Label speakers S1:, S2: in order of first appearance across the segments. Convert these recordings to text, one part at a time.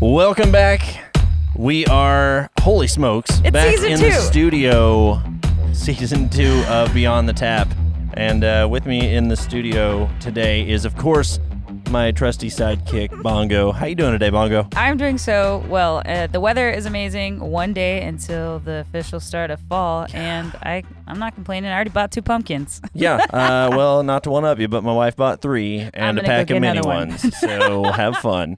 S1: Welcome back. We are holy smokes
S2: It's
S1: back
S2: season
S1: in
S2: two.
S1: the studio, season two of Beyond the Tap, and uh, with me in the studio today is of course my trusty sidekick Bongo. How you doing today, Bongo?
S2: I'm doing so well. Uh, the weather is amazing. One day until the official start of fall, and I I'm not complaining. I already bought two pumpkins.
S1: Yeah. Uh, well, not to one up you, but my wife bought three and a
S2: gonna go
S1: pack
S2: get
S1: of mini
S2: another one.
S1: ones. So have fun.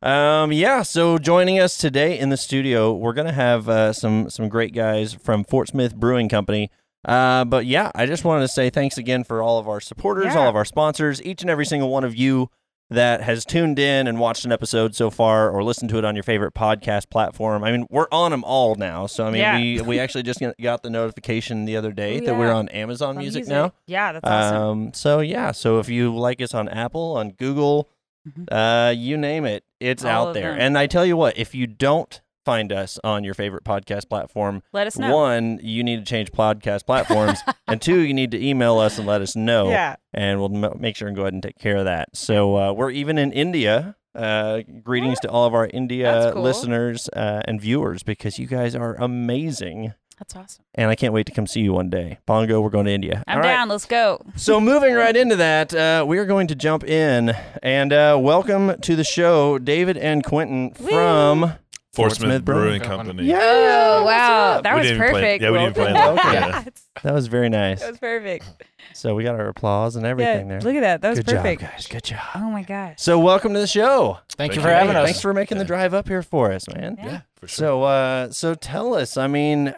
S1: Um, yeah. So joining us today in the studio, we're gonna have uh, some some great guys from Fort Smith Brewing Company. Uh, but yeah, I just wanted to say thanks again for all of our supporters,
S2: Yeah.
S1: all of our sponsors, each and every single one of you that has tuned in and watched an episode so far or listened to it on your favorite podcast platform. I mean, we're on them all now. So I mean,
S2: Yeah.
S1: we we actually just got the notification the other day
S2: Oh,
S1: that we're
S2: yeah.
S1: on Amazon
S2: On
S1: music now.
S2: Yeah, that's awesome.
S1: Um, so yeah, so if you like us on Apple, on Google,
S2: Mhm.
S1: uh, you name it, it's
S2: All
S1: out
S2: of
S1: there.
S2: them.
S1: And I tell you what, if you don't find us on your favorite podcast platform,
S2: Let us know.
S1: one, you need to change podcast platforms, and two, you need to email us and let us know,
S2: Yeah.
S1: and we'll m- make sure and go ahead and take care of that. So uh, we're even in India. Uh, greetings to all of our India
S2: That's cool.
S1: listeners uh, and viewers because you guys are amazing,
S2: That's awesome.
S1: and I can't wait to come see you one day. Bongo, we're going to India.
S2: I'm
S1: All right.
S2: down. Let's go.
S1: So moving right into that, uh, we are going to jump in and uh, welcome to the show, David and Quentin from Fort
S3: Fort
S1: Smith
S3: Smith
S1: Brewing
S3: Brewing Company.
S1: Yeah.
S2: oh, wow. That
S3: We
S2: was
S3: didn't even plan-
S2: perfect.
S3: yeah, we
S2: Well
S3: didn't
S2: done.
S3: even
S1: plan that. Okay.
S2: Yeah, it's-
S1: That was very nice.
S2: That was perfect.
S1: So we got our applause and
S2: Yeah,
S1: everything there.
S2: look at that. That was
S1: Good
S2: perfect.
S1: job, guys. Good job.
S2: Oh my gosh.
S1: So welcome to the show.
S4: Thank,
S3: Thank
S4: you
S3: you.
S4: for having
S3: Hey,
S4: us.
S1: Thanks for making the drive up here for us, man.
S2: Yeah. Yeah,
S3: for sure.
S1: So uh, so tell us, I mean,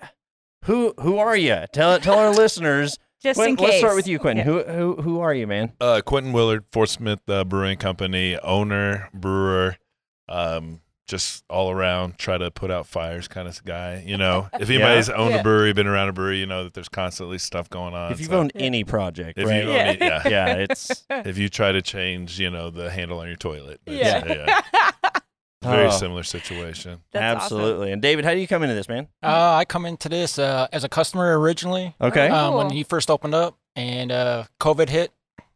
S1: who who are you? Tell tell our listeners.
S2: Just
S1: Quentin,
S2: in case.
S1: Let's start with you, Quentin.
S2: Yeah.
S1: Who who who are you, man?
S3: uh, Quentin Willard, Fort Smith uh, Brewing Company, owner, brewer, um, just all around, try to put out fires kind of guy. You know, if anybody's owned
S2: Yeah.
S3: a brewery, been around a brewery, you know that there's constantly stuff going
S4: Uh,
S3: on.
S1: if you've
S3: so
S1: owned
S2: Yeah.
S1: any project,
S3: if
S1: right?
S3: you own
S2: Yeah.
S3: it, yeah.
S1: yeah, it's
S3: If you try to change, you know, the handle on your toilet, it's-
S2: Yeah.
S3: very
S1: Oh.
S3: similar situation.
S2: That's awesome.
S1: Absolutely. And David, how do you come into this, man?
S4: Uh, I come into this uh, as a customer originally
S1: Okay.
S2: Oh.
S4: um, when
S2: Cool.
S4: he first opened up, and uh, COVID hit.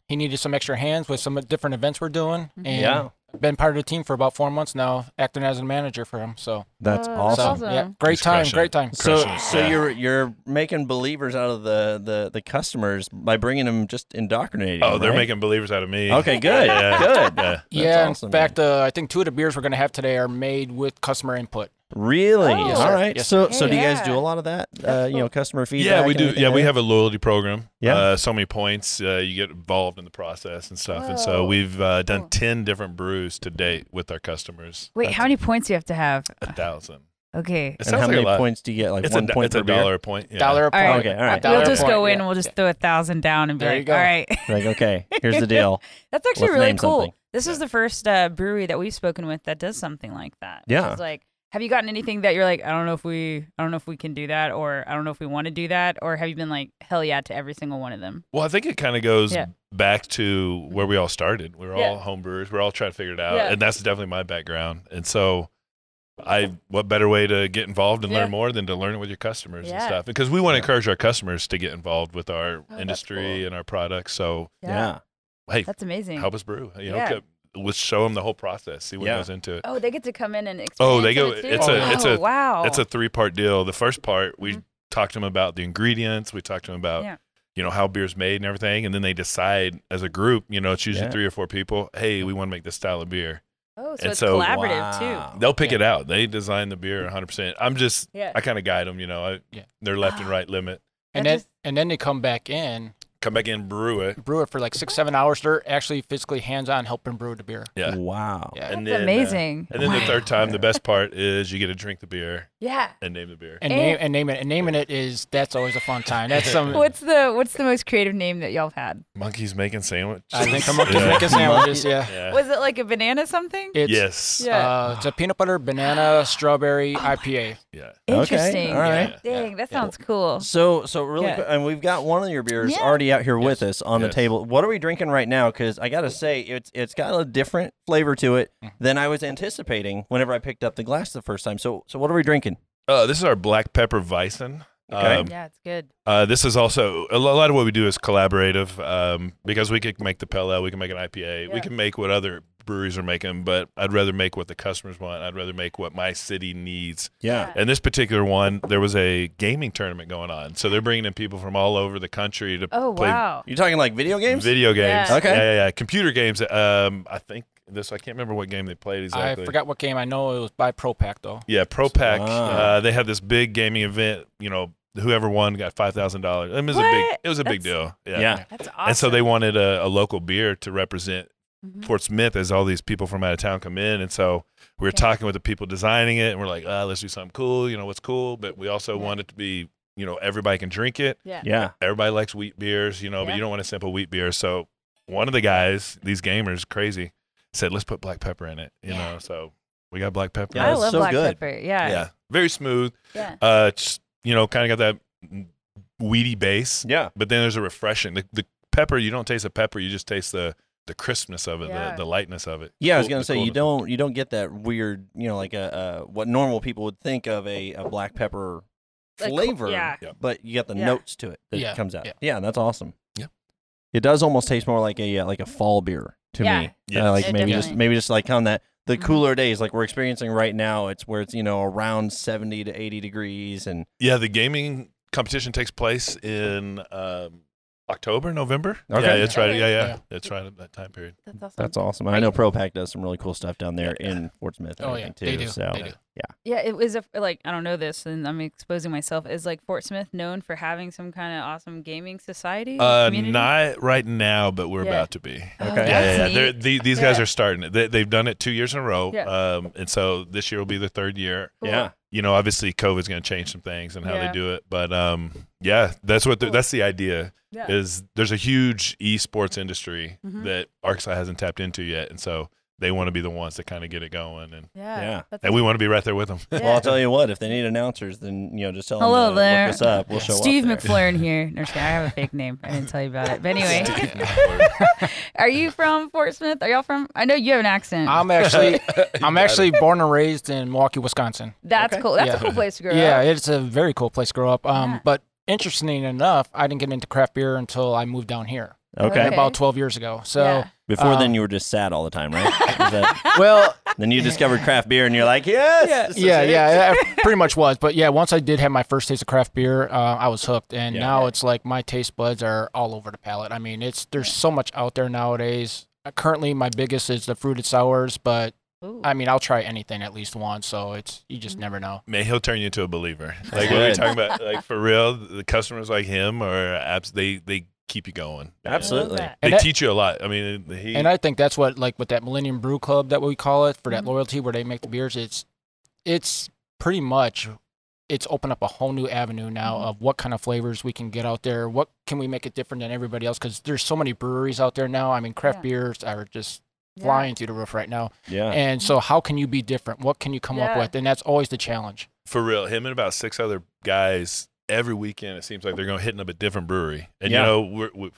S4: He needed some extra hands with some different events we're doing,
S2: Mhm.
S4: and
S1: Mm-hmm. Yeah.
S4: been part of the team for about four months now, acting as a manager for him. So,
S1: That's
S2: Oh,
S4: so,
S2: that's
S1: awesome.
S2: awesome.
S4: yeah, great
S3: He's
S4: time,
S3: crushing
S4: great
S3: it.
S4: time.
S1: So,
S3: Crushing it,
S1: so
S3: yeah.
S1: you're you're making believers out of the the, the customers by bringing them just indoctrinating.
S3: Oh, they're
S1: right?
S3: making believers out of me.
S1: Okay, good,
S3: Yeah.
S1: good.
S3: Yeah.
S4: yeah,
S1: awesome,
S4: in fact, uh, I think two of the beers we're going to have today are made with customer input.
S1: Really?
S2: Oh. Yes,
S1: All
S4: sir.
S1: right.
S4: Yes,
S1: so,
S2: sir.
S1: so do you guys
S2: Yeah.
S1: do a lot of that? Uh, you know, customer feedback.
S3: Yeah, we
S1: and
S3: do.
S1: everything
S3: Yeah, we
S1: there?
S3: have a loyalty program.
S1: Yeah.
S3: Uh, so many points. Uh, you get involved in the process and stuff. And so
S2: Whoa.
S3: we've uh, done
S2: Oh, Cool.
S3: 10 different brews to date with our customers.
S2: Wait,
S3: That's
S2: how many points do you have to have?
S3: A thousand.
S2: Okay.
S3: It
S1: And
S3: sounds
S1: how
S3: like
S1: many
S3: a lot.
S1: points do you get? Like
S3: it's
S1: one
S3: a, do-
S1: point
S3: it's
S1: per
S3: a
S1: beer?
S3: dollar a point. Yeah.
S4: Dollar a
S2: All
S4: point.
S2: right.
S1: Okay, all right.
S4: A dollar
S2: we'll
S4: a
S2: just
S4: point,
S2: go in
S4: yeah.
S2: and we'll just throw a thousand down and be
S4: There
S2: like,
S4: you go.
S2: all right.
S1: Like, okay, here's the deal.
S2: That's actually
S1: Let's
S2: really
S1: name
S2: cool.
S1: something.
S2: This is the first uh, brewery that we've spoken with that does something like that.
S1: Yeah.
S2: It's like, have you gotten anything that you're like, I don't know if we, I don't know if we can do that, or I don't know if we want to do that, or have you been like, hell yeah to every single one of them?
S3: Well, I think it kind of goes
S2: Yeah.
S3: back to where we all started. We were
S2: Yeah.
S3: all homebrewers. We're all trying to figure it out,
S2: Yeah.
S3: and that's definitely my background. And so, I what better way to get involved and
S2: Yeah.
S3: learn more than to learn it with your customers and
S2: Yeah. Oh,
S3: stuff? Because we want to encourage our customers to get involved with our
S2: that's
S3: industry
S2: cool.
S3: and our products. So,
S1: Yeah.
S3: hey,
S2: That's amazing.
S3: help us brew. You know,
S2: Yeah.
S3: get- let's show them the whole process. See what
S1: Yeah.
S3: goes into it.
S2: Oh, they get to come in and experience
S3: Oh, they go-
S2: it too?
S3: it's
S4: a-
S3: it's a-
S2: Oh, wow.
S3: It's a three part deal. The first part we
S2: Mhm.
S3: talked to them about the ingredients. We talked to them about
S2: Yeah.
S3: you know how beer's made and everything, and then they decide as a group. You know, it's usually
S1: Yeah.
S3: three or four people. Hey, we want to make this style of beer.
S2: oh, so
S3: and
S2: it's
S3: so-
S2: collaborative
S1: Wow.
S4: Oh,
S2: too.
S3: They'll pick it out. They design the beer 100. percent I'm just
S2: Yeah.
S3: I kind of guide them. You know, I,
S4: Yeah.
S3: they're left
S2: Ah.
S3: and right limit.
S4: And
S2: That
S4: then,
S2: just-
S4: and then they come back in,
S3: Come back in, brew it.
S4: brew it for like six, seven hours. They're actually physically hands on helping brew the beer.
S3: Yeah.
S1: Wow.
S4: Yeah.
S3: and
S2: That's
S3: then, uh,
S2: amazing.
S3: And then the
S2: Wow.
S3: third time, the best part is you get to drink the beer
S2: Yeah.
S3: and name the beer.
S4: and
S2: And-
S4: name and name it and naming it is that's always a fun time. That's some.
S2: What's the what's the most creative name that y'all have had?
S3: Monkeys making sandwich.
S4: I think I'm up to
S3: Yeah.
S4: making sandwiches. Yeah.
S3: Yeah.
S2: Was it like a banana something?
S4: It's,
S3: Yes.
S2: Yeah.
S4: Uh, it's a peanut butter banana strawberry IPA.
S3: Yeah.
S1: Okay.
S2: Interesting.
S1: All right.
S3: Yeah.
S2: Dang, that sounds cool.
S1: So, so really,
S2: Yeah.
S1: quick, and we've got one of your beers
S2: Yeah.
S1: already out here with us on the
S3: Yes.
S1: table. What are we drinking right now? Because I gotta say, it's it's got a different flavor to it
S3: Mm.
S1: than I was anticipating whenever I picked up the glass the first time. So, so what are we drinking?
S3: Uh, this is our black pepper Weissen.
S1: Okay.
S3: Um,
S2: yeah, it's good.
S3: uh, this is also a lo- lot of what we do is collaborative um, because we could make the Pella, we can make an IPA,
S2: Yeah.
S3: we can make what other breweries are making, but I'd rather make what the customers want. I'd rather make what my city needs.
S1: Yeah.
S3: And this particular one, there was a gaming tournament going on, so they're bringing in people from all over the country to
S2: Oh
S3: play
S2: wow.
S1: You're talking like video games?
S3: video
S2: Yeah.
S3: games.
S1: Okay.
S3: yeah, yeah, yeah. computer games. Um, I think this. I can't remember what game they played exactly.
S4: I forgot what game. I know it was by Pro Pack though.
S3: Yeah, Pro Pack.
S1: Ah.
S3: Uh, they had this big gaming event. You know, whoever won got five thousand dollars. It was a big.
S2: What?
S3: It was a big
S2: That's-
S3: deal.
S1: yeah.
S3: Yeah.
S2: That's awesome.
S3: And so they wanted a, a local beer to represent
S2: Mhm.
S3: Fort Smith as all these people from out of town come in. And so we were
S2: Okay.
S3: talking with the people designing it, and we're like, ah, let's do something cool. You know, what's cool? But we also want it to be, you know, everybody can drink it.
S2: Yeah.
S1: Yeah.
S3: Everybody likes wheat beers, you know, but
S2: Yeah.
S3: you don't want a simple wheat beer. So one of the guys, these gamers, crazy, said, let's put black pepper in it. You
S2: Yeah.
S3: know, so we got black pepper.
S1: Yeah,
S2: I
S1: it's
S2: love
S1: so
S2: black
S1: good.
S2: pepper. Yeah.
S3: yeah, very smooth.
S2: Yeah.
S3: uh, just, you know, kind of got that weedy base,
S1: Yeah.
S3: but then there's a refreshing. The, the pepper, you don't taste the pepper, you just taste the the crispness of it,
S2: Yeah.
S3: the, the lightness of it.
S1: Yeah, I was
S3: Cool-
S1: gonna
S3: the
S1: say you
S3: coolness.
S1: don't you don't get that weird you know like a, a what normal people would think of a, a black pepper
S2: Like, cl-
S1: flavor,
S2: yeah.
S3: Yeah.
S1: but you got the
S2: Yeah.
S1: notes to it that
S4: Yeah,
S1: comes out. Yeah.
S4: yeah.
S1: that's awesome.
S3: Yeah.
S1: it does almost taste more like a uh, like a fall beer to
S2: Yeah.
S1: me.
S3: Yes.
S1: Uh, like
S2: It
S1: maybe just
S2: definitely-
S1: maybe just like on that the
S2: Mhm.
S1: cooler days like we're experiencing right now. It's where it's you know around seventy to eighty degrees and
S3: Yeah, the gaming competition takes place in um, October, November.
S1: Okay.
S3: Yeah, it's right.
S2: Okay.
S3: Yeah, yeah,
S4: Yeah.
S3: it's right at that time period.
S2: That's awesome.
S1: that's awesome. I know ProPack does some really cool stuff down there in Fort Smith. and
S4: Oh,
S1: everything,
S4: yeah, they
S1: too,
S4: do,
S1: So
S4: they do.
S1: yeah,
S2: Yeah, it was a, like I don't know this, and I'm exposing myself. Is like Fort Smith known for having some kind of awesome gaming society?
S3: Uh,
S2: community?
S3: not right now, but we're
S2: Yeah.
S3: about to be.
S2: Oh,
S1: Okay.
S2: that's
S3: Yeah, yeah, yeah.
S2: neat.
S3: They're, the, these guys
S2: Yeah.
S3: are starting it. They, they've done it two years in a row,
S2: Yeah.
S3: um, and so this year will be the third year.
S2: Cool.
S1: yeah.
S3: you know, obviously COVID's going to change some things and how
S2: Yeah.
S3: they do it. But um, yeah, that's what the,
S2: Cool.
S3: that's the idea
S2: Yeah.
S3: is there's a huge esports industry
S2: Mhm.
S3: that Arkansas hasn't tapped into yet, and so they want to be the ones that kind of get it going, and
S2: yeah,
S1: yeah.
S2: that's
S3: and we want to be right there with them.
S2: awesome.
S1: Well, I'll
S2: Yeah.
S1: tell you what. If they need announcers, then you know, just tell
S2: Hello
S1: them to
S2: there.
S1: look us up. We'll show
S2: Steve
S1: up. there.
S2: McFlurn here. No, just kidding, I have a fake name. I didn't tell you about it. But anyway, are you from Fort Smith? Are y'all from? I know you have an accent.
S4: I'm actually I'm actually born and raised in Milwaukee, Wisconsin.
S2: that's
S1: okay.
S2: cool. That's a
S4: Yeah.
S2: cool place to grow
S4: yeah,
S2: up.
S4: it's a very cool place to grow up. Um,
S2: Yeah.
S4: but interesting enough, I didn't get into craft beer until I moved down here
S1: Okay.
S2: Okay.
S4: about 12 years ago. So,
S2: Yeah.
S1: Before
S4: Um,
S1: then, you were just sad all the time, right? Is that-
S4: well,
S1: then you discovered craft beer, and you're like, yes, this is
S4: yeah,
S1: it.
S4: yeah, I pretty much was. But yeah, once I did have my first taste of craft beer, uh, I was hooked, and
S1: Yeah.
S4: now it's like my taste buds are all over the palate. I mean, it's there's so much out there nowadays. Uh, Currently, my biggest is the fruited sours, but
S2: Ooh.
S4: I mean, I'll try anything at least once. So it's you
S1: Mm.
S4: just never know.
S3: May he'll turn you into a believer. Like what are we
S1: Good.
S3: talking about? Like for real, the customers like him are abs- they they keep you going.
S1: Absolutely.
S2: that.
S3: They
S4: And that-
S3: teach you a lot. I mean, he
S4: And I think that's what like with that Millennium Brew Club that we call it for
S2: Mm-hmm.
S4: that loyalty where they make the beers. It's it's pretty much it's opened up a whole new avenue now
S2: Mm-hmm.
S4: of what kind of flavors we can get out there. What can we make it different than everybody else? Because there's so many breweries out there now. I mean, craft
S2: Yeah.
S4: beers are just
S2: Yeah.
S4: flying through the roof right now.
S1: yeah.
S4: And so, how can you be different? What can you come up
S2: Yeah.
S4: with? And that's always the challenge.
S3: for real, him and about six other guys every weekend. It seems like they're going hitting up a different brewery, and
S1: Yeah.
S3: you know, we're, we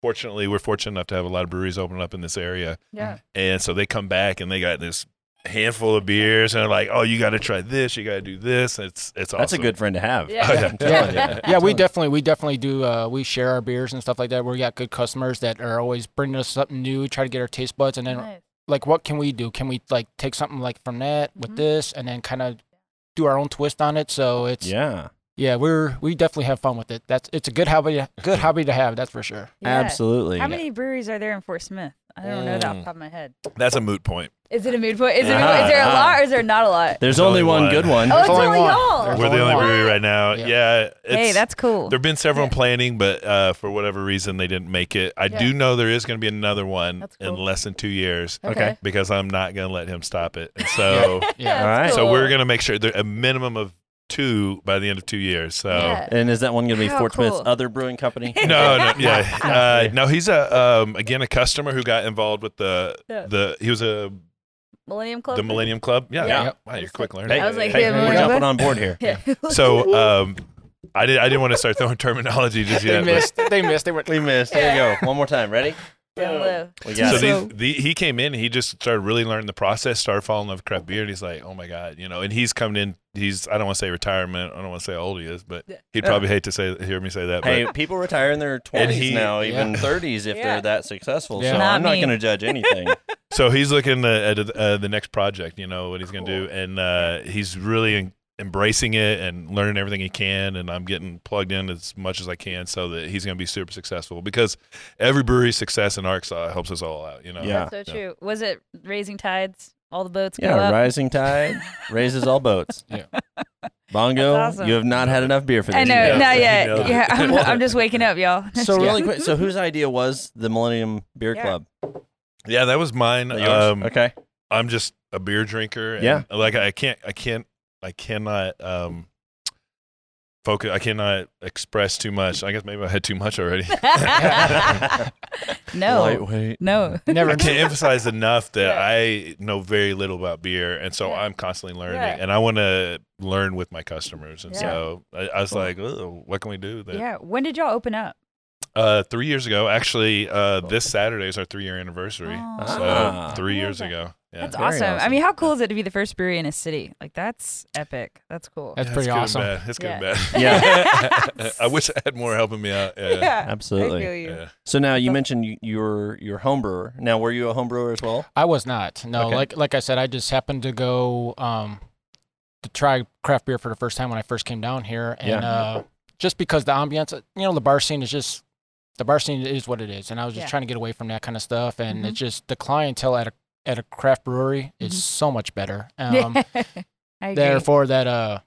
S3: fortunately we're fortunate enough to have a lot of breweries opening up in this area,
S2: Yeah.
S3: and so they come back and they got this handful of beers, and they're like, "Oh, you got to try this, you got to do this." It's it's
S1: That's
S3: awesome.
S1: a good friend to have.
S2: Yeah.
S3: Oh, yeah.
S1: I'm telling you.
S4: Yeah, we
S1: Totally.
S4: definitely we definitely do. Uh, we share our beers and stuff like that. We got good customers that are always bringing us something new, try to get our taste buds, and then
S2: Nice.
S4: like what can we do? Can we like take something like from that
S2: Mhm.
S4: with this and then kind of do our own twist on it? So it's yeah,
S1: Yeah.
S4: we're we definitely have fun with it. That's it's a good hobby good hobby to have, that's for sure.
S2: Yeah.
S1: Absolutely.
S2: How many breweries are there in Fort Smith? I don't know that off the
S3: Mm.
S2: top of my head.
S3: That's a moot point.
S2: Is it a mood point? Is, it a,
S1: Uh-huh,
S2: is there a
S1: uh-huh.
S2: lot or is there not a lot?
S1: There's
S3: There's
S1: only
S3: only
S1: one
S3: one.
S1: good one.
S2: Oh, it's
S4: only
S2: only
S4: one.
S2: y'all.
S4: There's
S3: we're the only
S4: one.
S3: brewery right now.
S4: Yeah.
S3: Yeah, it's,
S2: Hey, that's cool.
S3: There've been several
S2: Yeah.
S3: planning, but uh, for whatever reason they didn't make it. I
S2: Yeah.
S3: do know there is going to be another one
S2: That's cool.
S3: in less than two years.
S1: okay.
S3: because I'm not going to let him stop it. And so,
S4: Yeah.
S1: All right.
S2: That's
S3: so
S2: cool.
S3: we're going to make sure there a minimum of two by the end of two years. So.
S2: Yeah.
S1: And is that one going to be
S2: How
S1: Fort Smith's
S2: cool.
S1: other brewing company?
S3: No, no, yeah,
S1: Yeah.
S3: uh, no. He's a um, again a customer who got involved with the
S2: Yeah.
S3: the. He was a
S2: Millennium Club.
S3: the Millennium Club. Yeah,
S1: Yeah.
S4: Yep.
S3: Wow, you're quick learner.
S1: Hey,
S2: I was like,
S1: hey,
S2: yeah,
S1: we're
S2: we're
S1: jumping
S2: good.
S1: on board here.
S2: Yeah.
S3: So um, I did. I didn't want to start throwing terminology just
S4: They
S3: yet. but-
S4: missed they missed they were
S1: We missed. There you go. One more time. Ready?
S2: Down low.
S1: We
S3: so
S1: got it.
S3: these, the, he came in, he just started really learning the process, started falling in love with craft beer, and he's like, oh my god, you know. And he's coming in. He's I don't want to say retirement. I don't want to say how old he is, but
S2: Yeah.
S3: he'd probably hate to say hear me say that.
S1: Hey,
S3: but
S1: people retire in their
S3: And
S1: twenties
S3: he-
S1: now,
S4: yeah.
S1: even thirties if
S2: Yeah.
S1: they're that successful.
S4: Yeah.
S1: So
S2: Not
S1: I'm not
S2: me.
S1: going to judge anything.
S3: so he's looking at, at uh, the next project, you know, what he's going to do. And uh, he's really en- embracing it and learning everything he can. And I'm getting plugged in as much as I can so that he's going to be super successful because every brewery's success in Arkansas helps us all out, you know?
S1: Yeah.
S2: so true. Was it raising tides? All the boats go
S1: Yeah,
S2: up.
S1: rising tide raises all boats.
S4: Yeah.
S1: Bongo,
S2: That's awesome.
S1: you have not had enough beer for this.
S2: I know,
S1: yet.
S3: Yeah.
S2: not
S3: Yeah.
S2: yet.
S3: Yeah.
S2: Yeah, I'm, I'm just waking up, y'all.
S1: So
S2: Yeah.
S1: really quick, so whose idea was the Millennium Beer
S2: Yeah.
S1: Club?
S3: Yeah, that was mine.
S1: That yours?
S3: Um,
S1: okay.
S3: I'm just a beer drinker. And
S1: Yeah.
S3: Like I can't, I can't, I cannot um focus. I cannot express too much. I guess maybe I had too much already.
S2: no,
S1: Lightweight.
S2: no.
S4: Never
S3: I can't emphasize enough that
S2: Yeah.
S3: I know very little about beer, and so
S2: Yeah.
S3: I'm constantly learning,
S2: Yeah.
S3: and I want to learn with my customers. And
S2: Yeah.
S3: so I, I was
S1: Cool.
S3: like, "Ugh, "What can we do?" That
S2: Yeah. When did y'all open up?
S3: uh, three years ago, actually, uh, this Saturday is our three year anniversary.
S2: Oh.
S3: So
S1: Ah.
S2: I
S3: three
S2: love
S3: years
S2: that.
S3: ago, yeah.
S2: That's
S1: Very
S2: awesome. I
S1: awesome.
S2: mean, how cool is it to be the first brewery in a city? Like that's epic. That's cool.
S4: That's
S3: Yeah,
S4: pretty
S3: it's
S4: awesome.
S3: good and bad. It's good and
S2: Yeah.
S3: bad. I wish I had more helping me out. Yeah.
S2: I
S1: Absolutely.
S2: feel you.
S3: Yeah.
S1: So now you mentioned you, you're you're a home brewer. Now were you a home brewer as well?
S4: I was not. No,
S1: Okay.
S4: like like I said, I just happened to go um, to try craft beer for the first time when I first came down here, and
S1: Yeah.
S4: uh, just because the ambiance, you know, the bar scene is just the bar scene is what it is, and I was just
S2: Yeah.
S4: trying to get away from that kind of stuff, and
S2: Mhm.
S4: it's just the clientele at a at a craft brewery is
S2: Mhm.
S4: so much better. Um,
S2: I agree.
S4: therefore that uh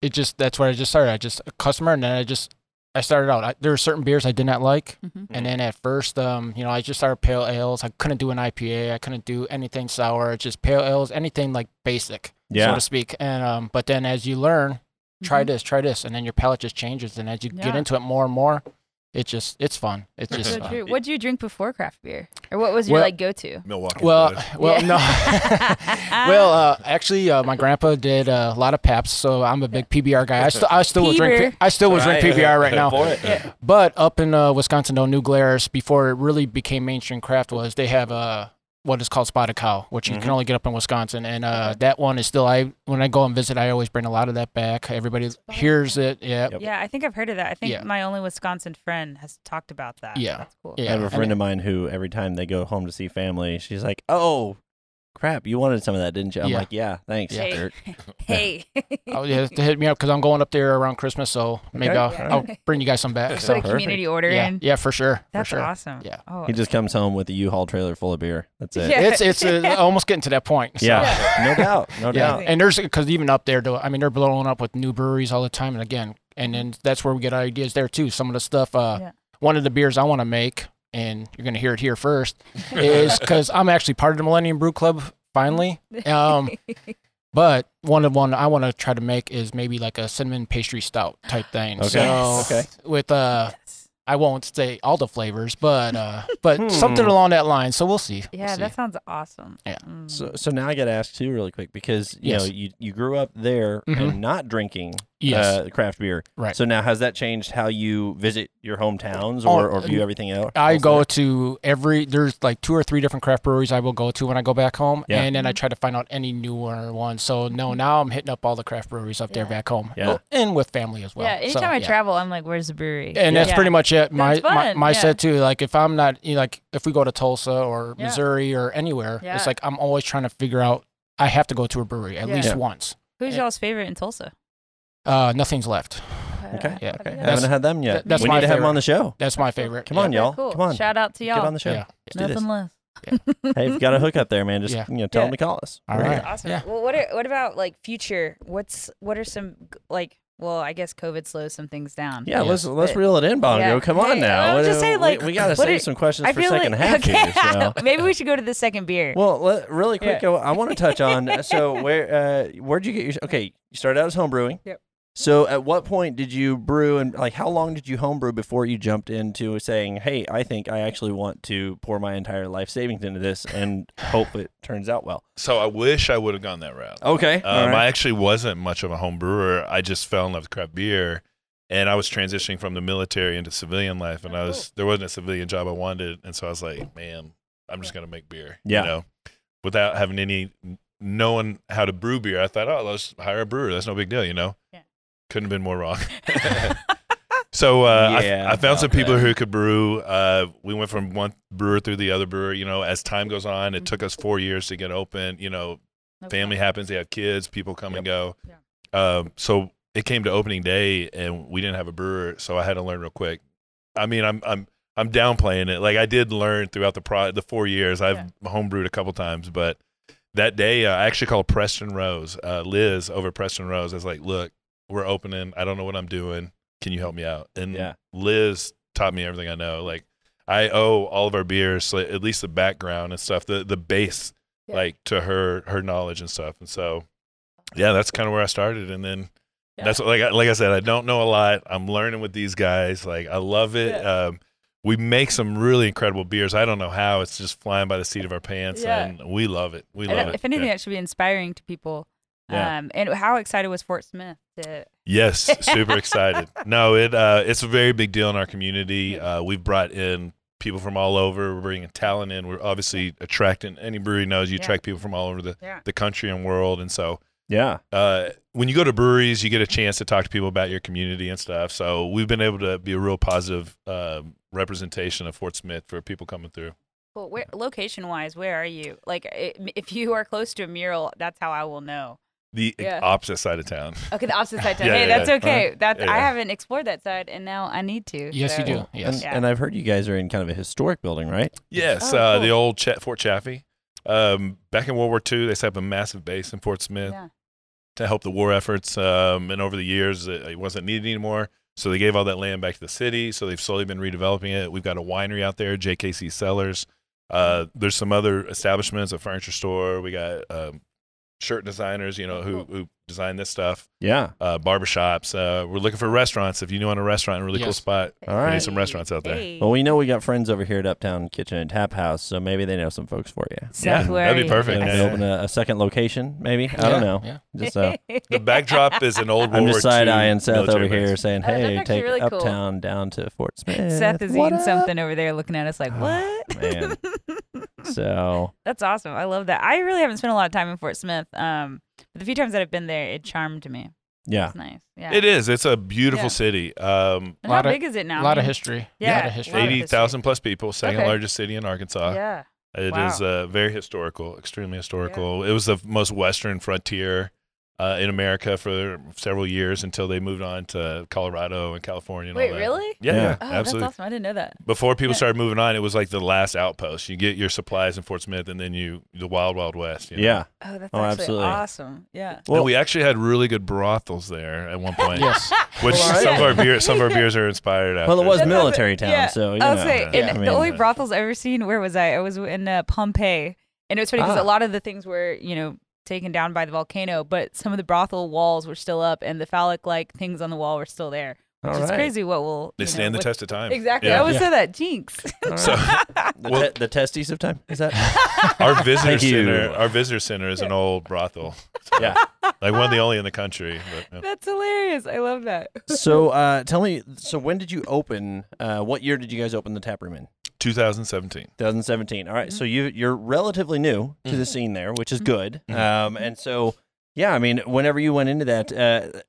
S4: it just that's where i just started i just a customer and then i just i started out I, there were certain beers i did not like
S2: Mhm.
S4: and then at first um you know i just started pale ales i couldn't do an ipa i couldn't do anything sour just pale ales anything like basic so to speak and um but then as you learn try this try this and then your palate just changes and as you get
S2: Yeah.
S4: into it more and more it just it's fun it's just
S2: So
S4: fun.
S2: true. What did you drink before craft beer, or what was your
S4: Well-
S2: like go to?
S3: Milwaukee.
S4: Well,
S3: Brewers.
S4: well,
S2: Yeah.
S4: no. well, uh, actually, uh, my grandpa did uh, a lot of Paps, so I'm a big PBR guy. I, st- I still would drink.
S2: Peter.
S4: I still would drink
S1: Right.
S4: PBR right now.
S1: For it.
S4: But up in uh, Wisconsin, though, New Glarus, before it really became mainstream craft, was they have uh, what is called Spotted Cow, which you
S1: Mhm.
S4: can only get up in Wisconsin, and uh, that one is still. I when I go and visit, I always bring a lot of that back. Everybody hears it. Yeah,
S1: Yep.
S2: Yeah, I think I've heard of that. I think
S4: Yeah.
S2: my only Wisconsin friend has talked about that.
S4: Yeah.
S2: That's cool.
S1: I
S4: yeah.
S1: have a
S4: and-
S1: friend of mine who every time they go home to see family, she's like, "Oh, crap, you wanted some of that, didn't you?" I'm
S4: Yeah.
S1: like, "Yeah, thanks."
S2: Hey.
S1: Dirt."
S2: Hey.
S4: Oh yeah, to hit me up because I'm going up there around Christmas, so maybe
S1: Okay.
S4: I'll,
S2: Yeah.
S4: I'll bring you guys some back.
S2: Put a
S4: So
S1: Perfect.
S2: community order
S4: yeah,
S2: in.
S4: yeah, for sure,
S2: That's
S4: for sure.
S2: awesome.
S4: Yeah.
S2: Oh.
S1: He just comes home with a U-Haul trailer full of beer. That's it.
S2: Yeah.
S4: it's it's uh, almost getting to that point. so-
S1: Yeah. no doubt, no
S4: Yeah,
S1: doubt.
S4: and there's because even up there, though, I mean, they're blowing up with new breweries all the time, and again, and then that's where we get ideas there too. Some of the stuff, uh,
S2: Yeah.
S4: one of the beers I want to make, and you're gonna hear it here first, is because I'm actually part of the Millennium Brew Club finally. Um, but one of one I want to try to make is maybe like a cinnamon pastry stout type thing.
S1: Okay.
S4: So
S1: Okay.
S4: with uh, I won't say all the flavors, but uh, but
S1: Hmm.
S4: something along that line. So we'll see. We'll
S2: yeah,
S4: see.
S2: that sounds awesome.
S4: Yeah.
S2: Mm.
S1: So, so now I got to ask too, really quick, because you
S4: Yes.
S1: know you, you grew up there
S4: Mhm.
S1: and not drinking
S4: yes.
S1: uh, craft beer.
S4: Right.
S1: So now has that changed how you visit your hometowns
S4: Oh,
S1: or, or view everything else?
S4: I
S1: else
S4: go
S1: there?
S4: to every there's like two or three different craft breweries I will go to when I go back home,
S1: Yeah.
S4: and then I try to find out any newer ones. So no, now I'm hitting up all the craft breweries up there
S2: Mm-hmm. Yeah.
S4: back home,
S1: Yeah.
S4: Oh, and with family as well.
S2: yeah,
S4: So,
S2: anytime I
S4: yeah.
S2: travel, I'm like, where's the brewery?
S4: And that's
S2: Yeah.
S4: pretty much it. My
S2: That's
S4: my,
S2: fun,
S4: my
S2: yeah.
S4: set too. Like if I'm not you know, like if we go to Tulsa or
S2: Yeah.
S4: Missouri or anywhere,
S2: Yeah.
S4: it's like I'm always trying to figure out. I have to go to a brewery at
S2: Yeah.
S4: least
S1: Yeah.
S4: once.
S2: Who's y'all's favorite in Tulsa?
S4: Uh, nothing's left.
S1: Okay.
S4: Yeah.
S2: Okay.
S1: I haven't had them yet.
S4: that- that's
S1: we
S4: my
S1: need to have them
S4: favorite.
S1: on the show.
S4: That's my favorite.
S1: Come
S4: Yeah.
S1: on, y'all.
S2: Cool.
S1: Come on.
S2: Shout out to y'all.
S1: Get on the show.
S4: Yeah.
S1: Let's do this.
S2: Nothing less.
S1: Hey, if you got a hookup there, man, just
S4: Yeah.
S1: you know, tell
S2: Yeah.
S1: them to call us.
S4: All
S1: We're
S4: right.
S1: here.
S2: Awesome.
S4: Yeah.
S2: Well, what are what about like future? What's what are some g- like? Well, I guess COVID slows some things down.
S1: Yeah,
S4: Yeah.
S1: let's let's reel it in, Bongo.
S2: Yeah.
S1: Come on
S2: Hey,
S1: now.
S2: I was
S1: What-
S2: just
S1: we-
S2: saying, like,
S1: we, gotta
S2: what
S1: save
S2: are-
S1: some questions
S2: I
S1: for
S2: feel
S1: second
S2: like
S1: half
S2: okay.
S1: here. So.
S2: maybe we should go to the second beer.
S1: Well, let, really quick,
S2: Yeah.
S1: I, want to touch on. uh, So, where uh, where'd you get your? Okay, you started out as home brewing.
S2: Yep.
S1: So, at what point did you brew, and like, how long did you home brew before you jumped into saying, "Hey, I think I actually want to pour my entire life savings into this and hope it turns out well"? Uh,
S3: so I wish I would have gone that route.
S1: Okay. all
S3: Um,
S1: right.
S3: I actually wasn't much of a home brewer. I just fell in love with craft beer, and I was transitioning from the military into civilian life, and I was there wasn't a civilian job I wanted, and so I was like, man, I'm just gonna make beer.
S1: Yeah.
S3: You know, without having any knowing how to brew beer, I thought, oh, let's hire a brewer. That's no big deal. You know.
S2: Yeah.
S3: Couldn't have been more wrong. So uh,
S1: Yeah,
S3: I, I found some
S1: about
S3: people
S1: that.
S3: who could brew. Uh, we went from one brewer through the other brewer. You know, as time goes on, it took us four years to get open. You know, family happens, they have kids, people come and go. Um, so it came to opening day, and we didn't have a brewer, so I had to learn real quick. I mean, I'm I'm I'm downplaying it. Like I did learn throughout the pro the four years. I've homebrewed a couple times, but that day uh, I actually called Preston Rose, uh, Liz over at Preston Rose. I was like, "Look, we're opening. I don't know what I'm doing. Can you help me out?" And
S1: Yeah.
S3: Liz taught me everything I know. Like I owe all of our beers, like, at least the background and stuff, the the base,
S5: Yeah.
S3: like to her her knowledge and stuff. And so, yeah, that's kind of where I started. And then that's like I- like I said, I don't know a lot. I'm learning with these guys. Like I love it. Um, we make some really incredible beers. I don't know how. It's just flying by the seat of our pants,
S5: Yeah.
S3: and we love it. We
S2: And
S3: love it.
S2: if anything,
S3: Yeah.
S2: that should be inspiring to people.
S3: Yeah.
S2: Um, and how excited was Fort Smith to
S3: Yes, super excited. No, it uh, it's a very big deal in our community. Uh, we've brought in people from all over. We're bringing talent in. We're obviously attracting. Any brewery knows you
S2: Yeah.
S3: attract people from all over the,
S2: Yeah.
S3: the country and world, and so
S1: Yeah.
S3: uh, when you go to breweries, you get a chance to talk to people about your community and stuff. So we've been able to be a real positive um, representation of Fort Smith for people coming through.
S2: Well, where location wise, where are you? Like, i if you are close to a mural, that's how I will know.
S3: The e,
S5: Yeah.
S3: opposite side of town.
S2: Okay, the opposite side.
S3: Yeah,
S2: hey,
S3: yeah,
S2: that's
S3: yeah. Uh-huh.
S2: okay. That's
S3: Yeah,
S2: I
S3: yeah.
S2: haven't explored that side, and now I need to.
S4: Yes,
S2: so-
S4: you do. Yes.
S1: And,
S2: Yeah.
S3: uh,
S1: and I've heard you guys are in kind of a historic building, right?
S3: Yes,
S2: Oh,
S3: uh,
S2: cool.
S3: the old Ch- Fort Chaffee. Um, back in World War II, they set up a massive base in Fort Smith
S2: Yeah.
S3: to help the war efforts. Um, and over the years, it, it wasn't needed anymore. So they gave all that land back to the city. So they've slowly been redeveloping it. We've got a winery out there, JKC Cellars. Uh, there's some other establishments, a furniture store. We got um, shirt designers, you know, who, who design this stuff.
S1: Yeah.
S3: Uh, barbershops. Uh, we're looking for restaurants. If you know on a restaurant, really cool
S4: Yes.
S3: spot.
S1: All
S3: We
S1: right.
S3: need some restaurants out there.
S2: Hey.
S1: Well, we know we got friends over here at Uptown Kitchen and Tap House, so maybe they know some folks for you.
S3: Yeah, that'd
S2: Sanctuary.
S3: be perfect.
S1: Maybe
S3: Yeah,
S1: they
S3: yeah.
S1: open a, a second location, maybe. I
S4: Yeah,
S1: don't know.
S4: Yeah.
S1: Just uh,
S3: The backdrop is an old
S1: I'm
S3: World
S1: just
S3: War II
S1: side eyeing Seth
S3: military
S1: over here
S3: base.
S1: saying,
S5: Oh, that's
S1: "Hey,
S5: actually
S1: take
S5: really cool.
S1: Uptown down to Fort Smith."
S2: Seth is
S1: What
S2: eating
S1: up?
S2: something over there, looking at us like,
S1: Oh,
S2: "What?"
S1: man. So
S2: That's awesome. I love that. I really haven't spent a lot of time in Fort Smith. Um, but the few times that I've been there, it charmed me.
S1: yeah,
S2: It's nice. Yeah.
S3: It is. It's a beautiful
S2: Yeah.
S3: city. Um,
S2: And how
S4: Lot of-
S2: big is it now?
S4: A
S2: I
S4: lot of
S2: mean,
S4: history.
S2: Yeah.
S4: A lot of history.
S2: Lot of
S3: eighty thousand plus people, second
S2: Okay.
S3: largest city in Arkansas.
S2: Yeah. Oh,
S3: It is
S2: Wow.
S3: uh, very historical, extremely historical. It was the most western frontier uh, in America for several years until they moved on to Colorado and California. And
S5: Wait,
S3: all that.
S5: really?
S3: Yeah,
S1: Yeah.
S3: yeah,
S2: Oh,
S3: absolutely.
S2: that's awesome. I didn't know that.
S3: Before people
S2: Yeah.
S3: started moving on, it was like the last outpost. You get your supplies in Fort Smith, and then you the wild, wild west. You know?
S1: yeah.
S2: Oh, that's
S1: Oh,
S2: actually
S1: absolutely.
S2: awesome. Yeah.
S3: And we actually had really good brothels there at one point,
S4: Yes.
S3: which
S1: Well, all
S3: some of
S1: right.
S3: our beer, some of our beers are inspired after.
S1: Well, it was
S2: That's awesome.
S1: military town,
S2: Yeah.
S1: so you
S2: I was
S1: know.
S2: saying,
S3: Yeah.
S2: and
S1: I
S2: the
S1: mean,
S2: only
S3: uh,
S2: brothels I've ever seen. Where was I? I was in uh, Pompeii, and it was funny because
S1: Ah.
S2: a lot of the things were, you know, taken down by the volcano, but some of the brothel walls were still up, and the phallic-like things on the wall were still there.
S1: all
S2: Which is
S1: right.
S2: crazy. What will
S3: They
S2: you know,
S3: stand the
S2: what-
S3: test of time.
S5: Exactly.
S2: I
S3: Yeah.
S2: always
S4: Yeah.
S2: say that jinx.
S1: All right.
S3: So
S1: the,
S3: Well-
S1: te- the testes of time is that?
S3: our visitor
S1: Thank you.
S3: center, our visitor center is an old brothel. So,
S1: Yeah.
S3: like one of the only in the country. But, yeah.
S2: That's hilarious. I love that.
S1: so uh, tell me, so when did you open? Uh, what year did you guys open the tap room in?
S3: 2017.
S1: 2017. All right, so
S2: Mm-hmm.
S1: you you're relatively new to
S3: Mm-hmm.
S1: the scene there, which is good.
S3: Mhm.
S1: Um, and so yeah, I mean, whenever you went into that, uh,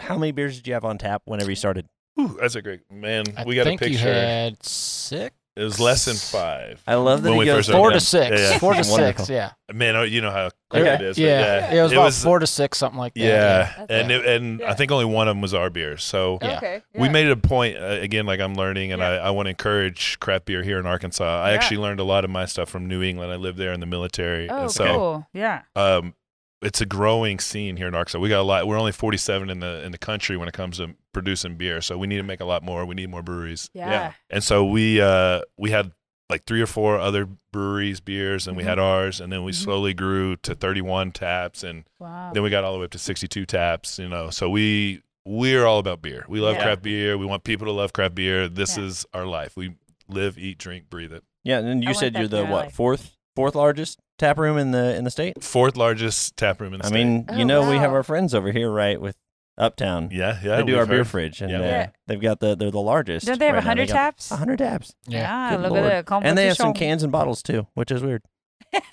S1: how many beers did you have on tap whenever you started?
S3: Ooh, that's a great man.
S4: I
S3: we got a
S4: think you
S3: picture.
S4: had six,
S3: it was less than five.
S1: I love that
S3: When
S1: he
S3: we
S1: goes.
S3: first So,
S4: four
S3: yeah.
S4: to six,
S3: Yeah, yeah.
S4: four to
S1: Wonderful.
S4: six. Yeah.
S3: Man, oh, you know how quick
S1: Okay.
S3: it is. but
S4: yeah. It was
S3: it
S4: about
S3: was-
S4: four to six, something like that.
S3: yeah.
S5: That's
S3: and
S5: it.
S3: it, and
S5: Yeah.
S3: I think only one of them was our beer. So
S4: Yeah.
S5: Okay.
S3: we
S5: yeah.
S3: made it a point uh, again. Like I'm learning, and I, I want to encourage craft beer here in Arkansas. I
S2: Yeah.
S3: actually learned a lot of my stuff from New England. I lived there in the military,
S2: Oh,
S3: and so
S2: cool. Yeah.
S3: um, it's a growing scene here in Arkansas. We got a lot. We're only 47 in the in the country when it comes to producing beer, so we need to make a lot more. We need more breweries,
S5: Yeah.
S1: Yeah.
S3: and so we uh, we had like three or four other breweries beers, and we had ours, and then we
S2: Mhm.
S3: slowly grew to 31 taps, and
S2: Wow.
S3: then we got all the way up to 62 taps. You know, so we we're all about beer. We love
S2: Yeah.
S3: craft beer. We want people to love craft beer. This
S2: Yeah.
S3: is our life. We live, eat, drink, breathe it.
S1: Yeah, and then
S2: I
S1: you
S2: want
S1: said
S2: that
S1: you're the
S2: beer I
S1: what
S2: like.
S1: fourth fourth largest tap room in the in the state.
S3: Fourth largest tap room in the
S1: I
S3: state.
S1: mean,
S5: Oh,
S1: you know, we have
S5: wow.
S1: our friends over here, right, with Uptown.
S3: yeah, yeah.
S1: they do our
S3: we've
S1: beer
S3: heard.
S1: fridge, and
S3: Yeah.
S1: uh,
S2: Yeah.
S1: they've got the they're the largest.
S2: Don't they have
S1: right
S2: a
S1: now.
S2: 100
S1: got
S2: taps?
S1: 100 taps,
S4: Yeah.
S2: Yeah,
S1: Good
S2: look
S1: lord.
S2: at the competition.
S1: and they have some cans and bottles too, which is weird.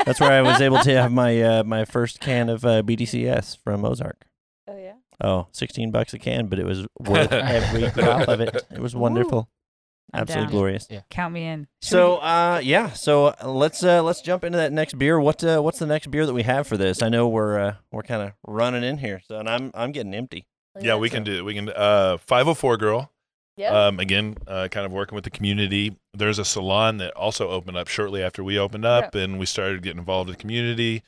S1: That's where I was able to have my uh, my first can of uh, BDCS from Ozark.
S5: Oh yeah.
S1: Oh, 16 bucks a can, but it was worth every drop of it. It was wonderful.
S2: I'm
S1: Absolutely
S2: down.
S1: glorious.
S2: Count me in. Should
S1: So, uh, yeah. So uh, let's uh, let's jump into that next beer. What uh, what's the next beer that we have for this? I know we're uh, we're kind of running in here, so and I'm I'm getting empty.
S3: Yeah, we can do it. We can uh 504 girl.
S5: Yeah.
S3: Um again, uh, kind of working with the community. There's a salon that also opened up shortly after we opened up and we started getting involved with the community.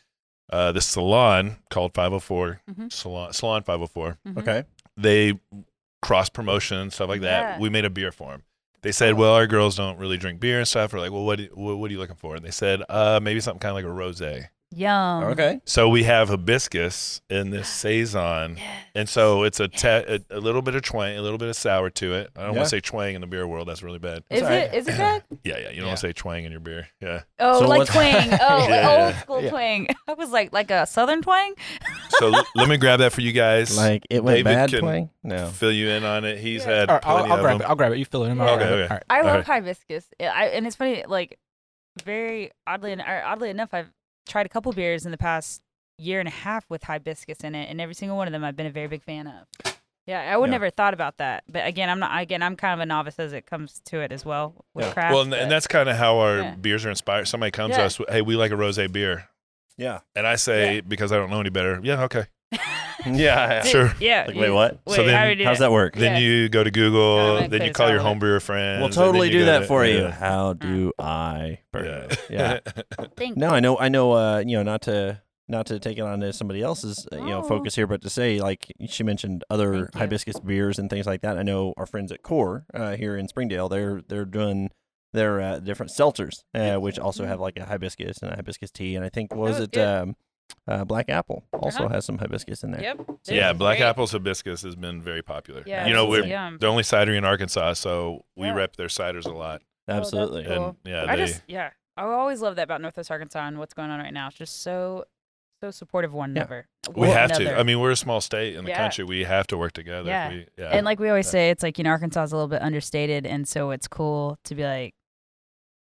S3: Uh this salon called 504
S2: Mhm.
S3: Salon Salon 504.
S2: we- Mhm.
S1: Mm-hmm. Okay.
S3: They cross promotion stuff like that.
S5: Yeah.
S3: We made a beer for them. They said, "Well, our girls don't really drink beer and stuff." We're like, "Well, what do- what, what are you looking for?" And they said, "Uh, maybe something kind of like a rosé." Um,
S2: Yum.
S1: Okay.
S3: So we have hibiscus in this saison, and so it's a, te- a a little bit of twang, a little bit of sour to it. I don't
S1: Yeah.
S3: want to say twang in the beer world; that's really bad.
S5: Is it? Is it bad?
S3: Yeah, yeah. You don't want to say twang in your beer. Yeah.
S5: Oh,
S1: So
S5: like
S1: what's-
S5: twang. Oh,
S3: Yeah.
S5: old school
S4: Yeah.
S5: twang.
S2: I was like, like a southern twang.
S3: So l- let me grab that for you guys.
S1: Like it went
S3: David
S1: bad
S3: can-
S1: playing? No.
S3: Fill you in on it. He's
S5: Yeah.
S3: had
S4: All right,
S3: plenty
S4: I'll, I'll
S3: of
S4: grab it.
S3: them.
S4: I'll grab it. You fill it in. I'll
S5: Yeah.
S4: grab
S3: Okay, okay.
S4: it. All right.
S5: I
S3: All
S5: love hibiscus. I, I- and it's funny, like very oddly, en- or oddly enough, I've tried a couple beers in the past year and a half with hibiscus in it, and every single one of them I've been a very big fan of. Yeah, I would
S1: Yeah.
S2: never thought about that, but again, I'm not. Again, I'm kind of a novice as it comes to it as well with
S1: Yeah.
S2: craft.
S3: Well, and, and
S2: but-
S3: that's kind of how our
S5: Yeah.
S3: beers are inspired. Somebody comes to
S5: Yeah.
S3: us, with, "Hey, we like a rosé beer,"
S1: Yeah.
S3: and I say because I don't know any better. Yeah, okay,
S1: Yeah.
S2: Dude,
S3: sure.
S2: Yeah.
S1: Like
S2: you-
S1: wait, what?
S2: Wait,
S3: So then
S2: I already did
S1: How's
S2: it.
S1: that work?
S3: Then
S5: Yeah.
S3: you go to
S2: Gotta
S3: Google.
S5: make
S3: Then you
S5: quiz
S3: call your
S5: out of it.
S3: homebrewer friends.
S1: We'll
S3: and then
S1: totally
S3: go
S1: do that
S3: to-
S1: for you.
S3: yeah. Mm.
S1: How do I? burn? yeah.
S5: Thank
S1: No, I know, I know. Uh, you know, not to not to take it on to somebody else's uh, you know
S5: Oh.
S1: focus here, but to say like she mentioned other
S5: Thank you.
S1: hibiscus beers and things like that. I know our friends at Core uh, here in Springdale, they're they're doing their uh, different seltzers, uh, which also have like a hibiscus and a hibiscus tea, and I think what was
S2: was
S1: it?
S2: good.
S1: Um, uh, Black Apple also
S2: Uh-huh.
S1: has some hibiscus in there.
S2: Yep.
S1: So,
S3: yeah, Black
S2: Great.
S3: Apples hibiscus has been very popular.
S5: Yeah,
S3: you know,
S5: it's
S3: we're
S2: yum.
S3: the only cidery in Arkansas, so we
S5: Yeah.
S3: rep their ciders a lot.
S5: Oh, that's
S1: absolutely.
S5: cool.
S3: And yeah,
S2: Oh, I
S3: they
S2: just yeah, I always love that about Northwest Arkansas and what's going on right now. It's just so so supportive of one
S1: Yeah.
S2: another.
S3: we
S2: One
S3: have
S2: another.
S3: to. I mean, we're a small state in the
S2: Yeah.
S3: country. We have to work together.
S2: Yeah.
S3: We, yeah.
S2: and like we always
S3: yeah.
S2: say, it's like you know Arkansas is a little bit understated, and so it's cool to be like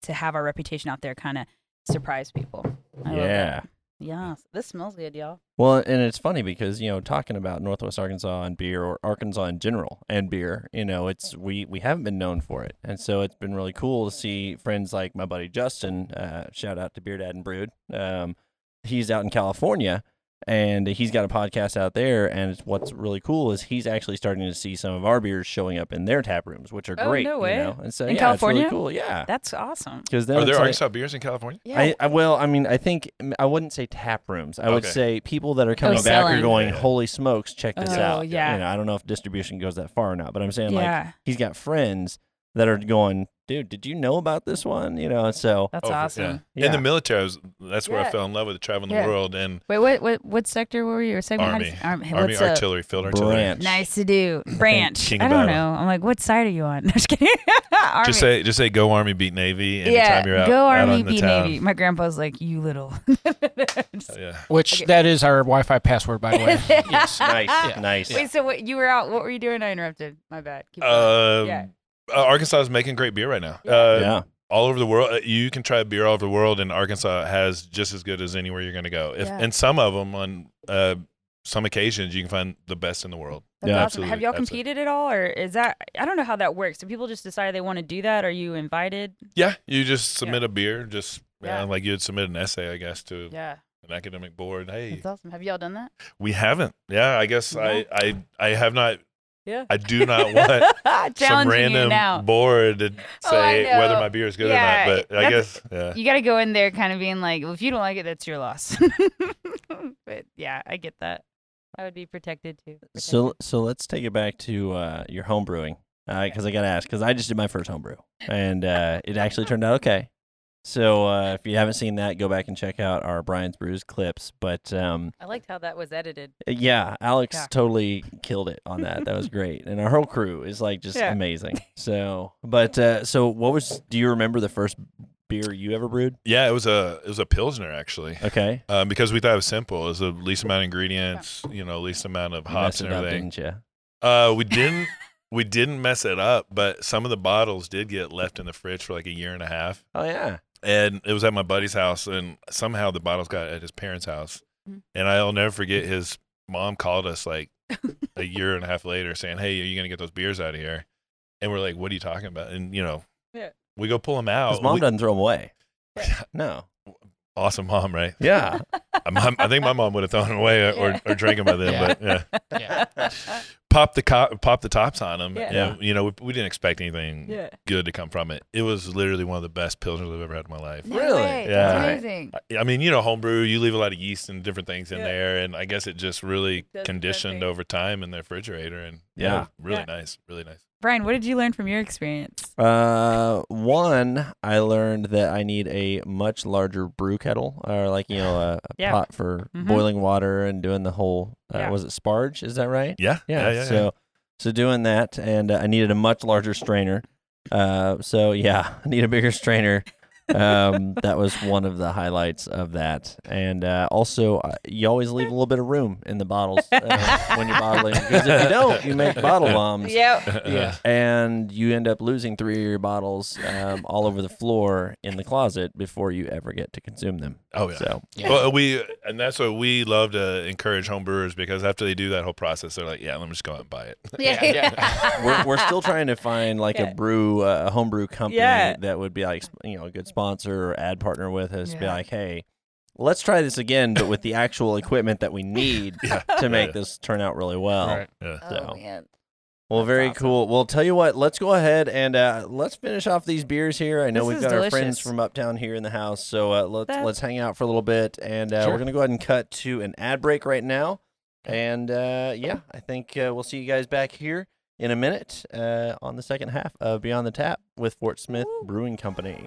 S2: to have our reputation out there, kind of surprise people. I love
S1: Yeah.
S2: that. yeah. This smells good, y'all.
S1: Well, and it's funny because you know talking about Northwest Arkansas and beer, or Arkansas in general and beer, you know, it's we we haven't been known for it, and so it's been really cool to see friends like my buddy Justin. Uh, shout out to Beer Dad and Brood. Um, he's out in California, and he's got a podcast out there. And it's, what's really cool is he's actually starting to see some of our beers showing up in their tap rooms, which are
S2: Oh,
S1: great.
S2: no
S1: you
S2: way.
S1: know? And so
S2: In
S1: yeah,
S2: California?
S1: it's really cool. Yeah,
S2: That's awesome.
S1: because then
S3: are there
S1: it's like-
S3: Arkansas beers in California?
S5: Yeah.
S1: I, I well, I mean, I think I wouldn't say tap rooms. I would
S3: Okay.
S1: say people that are coming back are
S2: Oh, selling.
S1: going,
S3: Yeah.
S1: "Holy smokes, check this
S2: Oh,
S1: out!"
S2: yeah.
S1: You know, I don't know if distribution goes that far or not, but I'm saying like
S2: yeah,
S1: he's got friends that are going, "Dude, did you know about this one?" You know, so
S2: that's
S3: Oh, for-
S2: awesome.
S3: yeah. In
S1: Yeah.
S3: the military, I was, that's where I
S5: Yeah.
S3: fell in love with traveling the
S5: Yeah.
S3: world and
S2: Wait, what what what sector were you? Or segment? How
S3: Army.
S2: does- Army.
S3: Army
S2: what's up?
S3: artillery, field artillery.
S1: branch.
S2: Nice to do. Branch.
S3: King
S2: I
S3: of
S2: don't
S3: battle.
S2: know. I'm like, what side are you on? I'm just kidding. Army.
S3: Just say, just say, go Army, beat Navy. Anytime
S2: yeah,
S3: you're out,
S2: go
S3: out
S2: Army,
S3: on the
S2: be
S3: town.
S2: Navy. My grandpa's like, you little. Just-
S3: Yeah.
S4: Which
S2: Okay.
S4: that is our Wi-Fi password, by the way.
S1: Yes, nice,
S4: Yeah.
S1: nice.
S2: Wait, so what, you were out. What were you doing? I interrupted. My bad. Keep going.
S3: Uh,
S2: Yeah.
S3: uh, Arkansas is making great beer right now.
S5: Yeah.
S3: Uh,
S1: yeah,
S3: all over the world. uh, You can try beer all over the world, and Arkansas has just as good as anywhere you're going to go. If,
S5: Yeah.
S3: And some of them, on uh, some occasions, you can find the best in the world.
S2: That's
S1: yeah,
S2: awesome.
S3: absolutely,
S2: Have y'all
S3: absolutely.
S2: competed at all, or is that? I don't know how that works. Do people just decide they want to do that? Are you invited?
S3: Yeah, you just submit a beer, just yeah.
S2: Yeah.
S3: like you'd submit an essay, I guess, to
S2: Yeah,
S3: an academic board. Hey,
S2: that's awesome. Have y'all done that?
S3: we haven't. Yeah, I guess I, I, I have not.
S2: Yeah.
S3: I do not want some
S2: Challenging you
S3: random
S2: now.
S3: board to
S5: Oh, I
S3: say whether
S5: know.
S3: my beer is good
S2: Yeah,
S3: or not. But I
S2: that's-
S3: guess, yeah.
S2: You got to go in there, kind of being like, well, if you don't like it, that's your loss. but yeah, I get that. I would be protected too.
S1: So so let's take it back to uh, your home brewing because I got to ask because I just did my first home brew and uh, it actually turned out okay. So uh, if you haven't seen that, go back and check out our Brian's Brews clips. But um,
S2: I liked how that was edited.
S1: Yeah, Alex
S2: Yeah.
S1: totally killed it on that. That was great, and our whole crew is like just
S2: Yeah.
S1: amazing. So, but uh, so what was? Do you remember the first beer you ever brewed?
S3: Yeah, it was a, it was a Pilsner, actually.
S1: Okay,
S3: um, because we thought it was simple. It was the least amount of ingredients, you know, least amount of
S1: You messed
S3: hops and
S1: it up,
S3: everything.
S1: didn't you?
S3: Uh, we didn't we didn't mess it up, but some of the bottles did get left in the fridge for like a year and a half.
S1: Oh yeah,
S3: And it was at my buddy's house, and
S5: Mm-hmm.
S3: somehow the bottles got at his parents' house.
S2: Mhm.
S3: And I'll never forget his mom called us like a year and a half later saying, "Hey, are you gonna get those beers out of here?" And we're like, "What are you talking about?" And you know,
S5: Yeah.
S3: we go pull them out.
S1: His mom
S3: Oh, We-
S1: doesn't throw them away. No.
S3: awesome mom, right?
S1: Yeah.
S3: I'm, I'm- i think my mom would have thrown them away or,
S5: Yeah.
S3: or, or drank them by then.
S4: Yeah.
S3: But yeah,
S4: Yeah.
S3: pop the co- pop the tops on them.
S5: Yeah.
S3: And, you know, we, we didn't expect anything
S5: yeah.
S3: good to come from it. It was literally one of the best pilsners I've ever had in my life.
S2: No
S1: Really?
S2: way.
S3: Yeah.
S2: That's amazing.
S3: I- I mean, you know, homebrew, you leave a lot of yeast and different things in
S5: Yeah.
S3: there, and I guess it just really
S5: Does the
S3: conditioned
S5: thing.
S3: over time in the refrigerator, and
S1: Yeah.
S3: really
S5: Yeah.
S3: nice, really nice.
S2: Brian, what did you learn from your experience?
S1: Uh, one, I learned that I need a much larger brew kettle, or like you know, a, a
S2: Yeah.
S1: pot for
S2: Mhm.
S1: boiling water and doing the whole. Uh,
S5: Yeah.
S1: Was it sparge? Is that right?
S3: Yeah,
S1: Yeah. so, so doing that, and uh, I needed a much larger strainer. Uh, so yeah, I need a bigger strainer. Um, that was one of the highlights of that, and uh, also uh, you always leave a little bit of room in the bottles uh, when you're bottling because if you don't, you make bottle bombs
S5: Yep.
S4: Yeah.
S1: and you end up losing three of your bottles um, all over the floor in the closet before you ever get to consume them.
S3: oh yeah.
S1: So
S4: Yeah.
S3: Well, we and that's what we love to encourage home brewers because after they do that whole process, they're like, "Yeah, let me just go out and buy it."
S4: Yeah, yeah.
S1: we're, we're still trying to find like
S5: Yeah.
S1: a brew, uh, a homebrew company
S5: Yeah.
S1: that would be like, you know, a good sponsor or ad partner with us. Be
S2: Yeah.
S1: like, hey, let's try this again, but with the actual equipment that we need
S3: Yeah,
S1: to make
S3: yeah.
S1: this turn out really well.
S4: Right.
S3: Yeah.
S1: So.
S2: Oh, man.
S1: Well,
S2: That's
S1: very
S2: awesome.
S1: cool. Well, tell you what, let's go ahead and uh, let's finish off these beers here. I know
S2: This
S1: we've
S2: is
S1: got our friends
S2: delicious.
S1: from uptown here in the house, so uh, let's
S2: That-
S1: let's hang out for a little bit, and uh,
S4: Sure.
S1: we're gonna go ahead and cut to an ad break right now. And uh, yeah, I think uh, we'll see you guys back here in a minute uh, on the second half of Beyond the Tap with Fort Smith Brewing Company.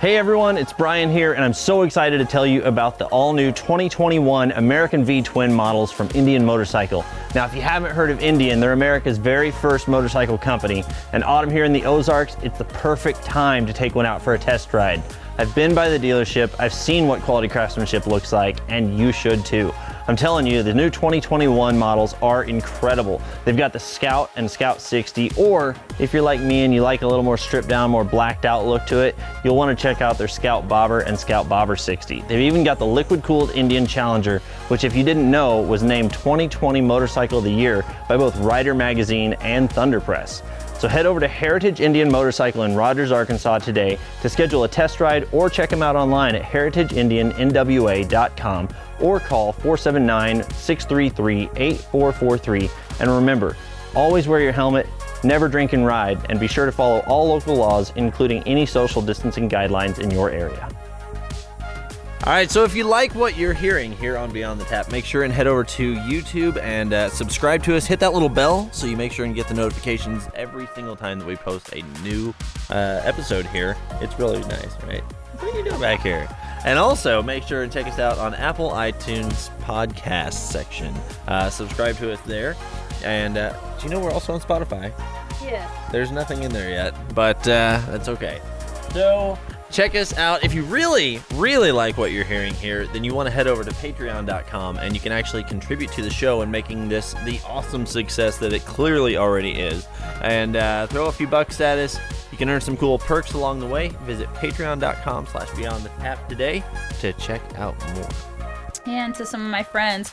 S1: Hey everyone, it's Brian here, and I'm so excited to tell you about the all new 2021 American V Twin models from Indian Motorcycle. Now, if you haven't heard of Indian, they're America's very first motorcycle company, and autumn here in the Ozarks, it's the perfect time to take one out for a test ride. I've been by the dealership, I've seen what quality craftsmanship looks like, and you should too. I'm telling you, the new 2021 models are incredible. They've got the Scout and Scout 60, or if you're like me and you like a little more stripped down, more blacked out look to it, you'll want to check out their Scout Bobber and Scout Bobber 60. They've even got the liquid cooled Indian Challenger, which, if you didn't know, was named 2020 Motorcycle of the Year by both Rider Magazine and Thunder Press. So head over to Heritage Indian Motorcycle in Rogers, Arkansas today to schedule a test ride or check them out online at heritageIndianNWA.com or call 479-633-8443. And remember, always wear your helmet, never drink and ride, and be sure to follow all local laws, including any social distancing guidelines in your area. All right, so if you like what you're hearing here on Beyond the Tap, make sure and head over to YouTube and uh, subscribe to us. Hit that little bell so you make sure and get the notifications every single time that we post a new uh, episode here. It's really nice, right? What are you doing back here? And also make sure and check us out on Apple iTunes podcast section. Uh, subscribe to us there. And uh, do you know we're also on Spotify?
S5: Yeah.
S1: There's nothing in there yet, but uh, that's okay. So check us out. If you really, really like what you're hearing here, then you want to head over to patreon.com and you can actually contribute to the show and making this the awesome success that it clearly already is. And uh, throw a few bucks at us. You can earn some cool perks along the way. Visit patreon.com slash beyond the tap today to check out more.
S5: And to some of my friends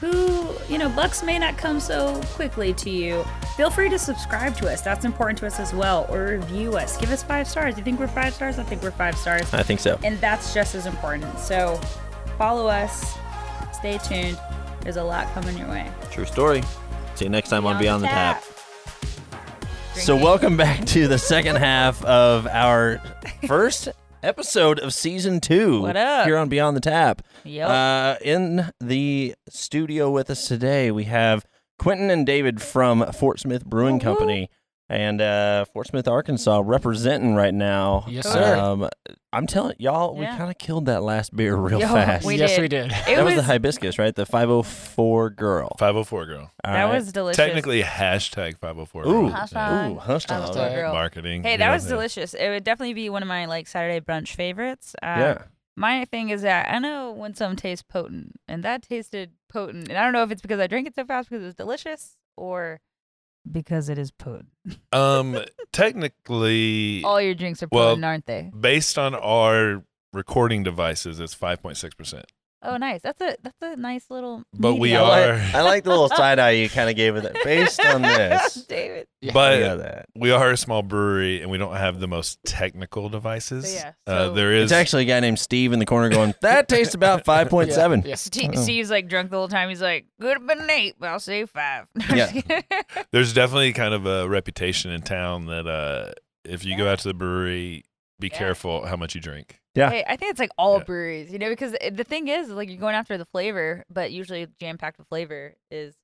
S5: who, you know, bucks may not come so quickly to you, feel free to subscribe to us. That's important to us as well. Or review us. Give us five stars. You think we're five stars? I think we're five stars.
S1: I think so.
S5: And that's just as important. So follow us. Stay tuned. There's a lot coming your way.
S1: True story. See you next time on Beyond the Tap. So
S5: Drinking.
S1: welcome back to the second half of our first episode of season two.
S2: What up?
S1: Here on Beyond the Tap.
S2: Yep.
S1: Uh, in the studio with us today, we have Quentin and David from Fort Smith Brewing
S2: Woo-woo.
S1: Company and uh, Fort Smith, Arkansas, representing right now.
S4: Yes, sir.
S1: Um, I'm telling y'all, we
S2: Yeah.
S1: kind of killed that last beer real
S2: Yo,
S1: fast.
S2: we
S4: yes,
S2: did.
S4: we did.
S2: It
S1: that was,
S2: was,
S1: the hibiscus, right? The 504 girl.
S3: Five hundred four girl.
S1: All
S2: that
S1: right.
S2: was delicious.
S3: Technically, hashtag five hundred four.
S1: Ooh.
S2: Hashtag.
S1: Ooh, hashtag.
S2: That was
S4: Hashtag.
S2: a girl.
S3: Marketing.
S2: Hey,
S3: you
S2: that
S3: know,
S2: was
S3: yeah.
S2: delicious. It would definitely be one of my like Saturday brunch favorites. Uh,
S1: Yeah.
S2: My thing is that I know when some tastes potent, and that tasted potent, and I don't know if it's because I drank it so fast because it was delicious or because it is potent.
S3: Um, technically,
S2: All your drinks are
S3: Well,
S2: potent, aren't they?
S3: based on our recording devices, it's five point six percent.
S6: Oh, nice. That's a that's a nice little.
S3: But we
S1: I
S6: medium.
S3: are-
S1: like, I like the little side eye you kind of gave with it. Based on this,
S6: David.
S1: I
S3: But
S1: got that.
S3: we are a small brewery and we don't have the most technical devices.
S2: So, yeah,
S3: uh,
S2: so-
S3: there is
S1: It's actually a guy named Steve in the corner going, that tastes about 5.7.
S4: Yeah.
S2: Steve,
S1: Oh.
S2: Steve's like drunk the whole time. He's like, "Could have been an eight, but I'll say five.
S1: Yeah.
S3: there's definitely kind of a reputation in town that uh, if you go out to the brewery, be
S2: Yeah.
S3: careful how much you drink.
S1: Yeah.
S2: Hey, I think it's like all
S3: Yeah.
S2: breweries, you know, because it- the thing is, like, you're going after the flavor, but usually jam packed with flavor is,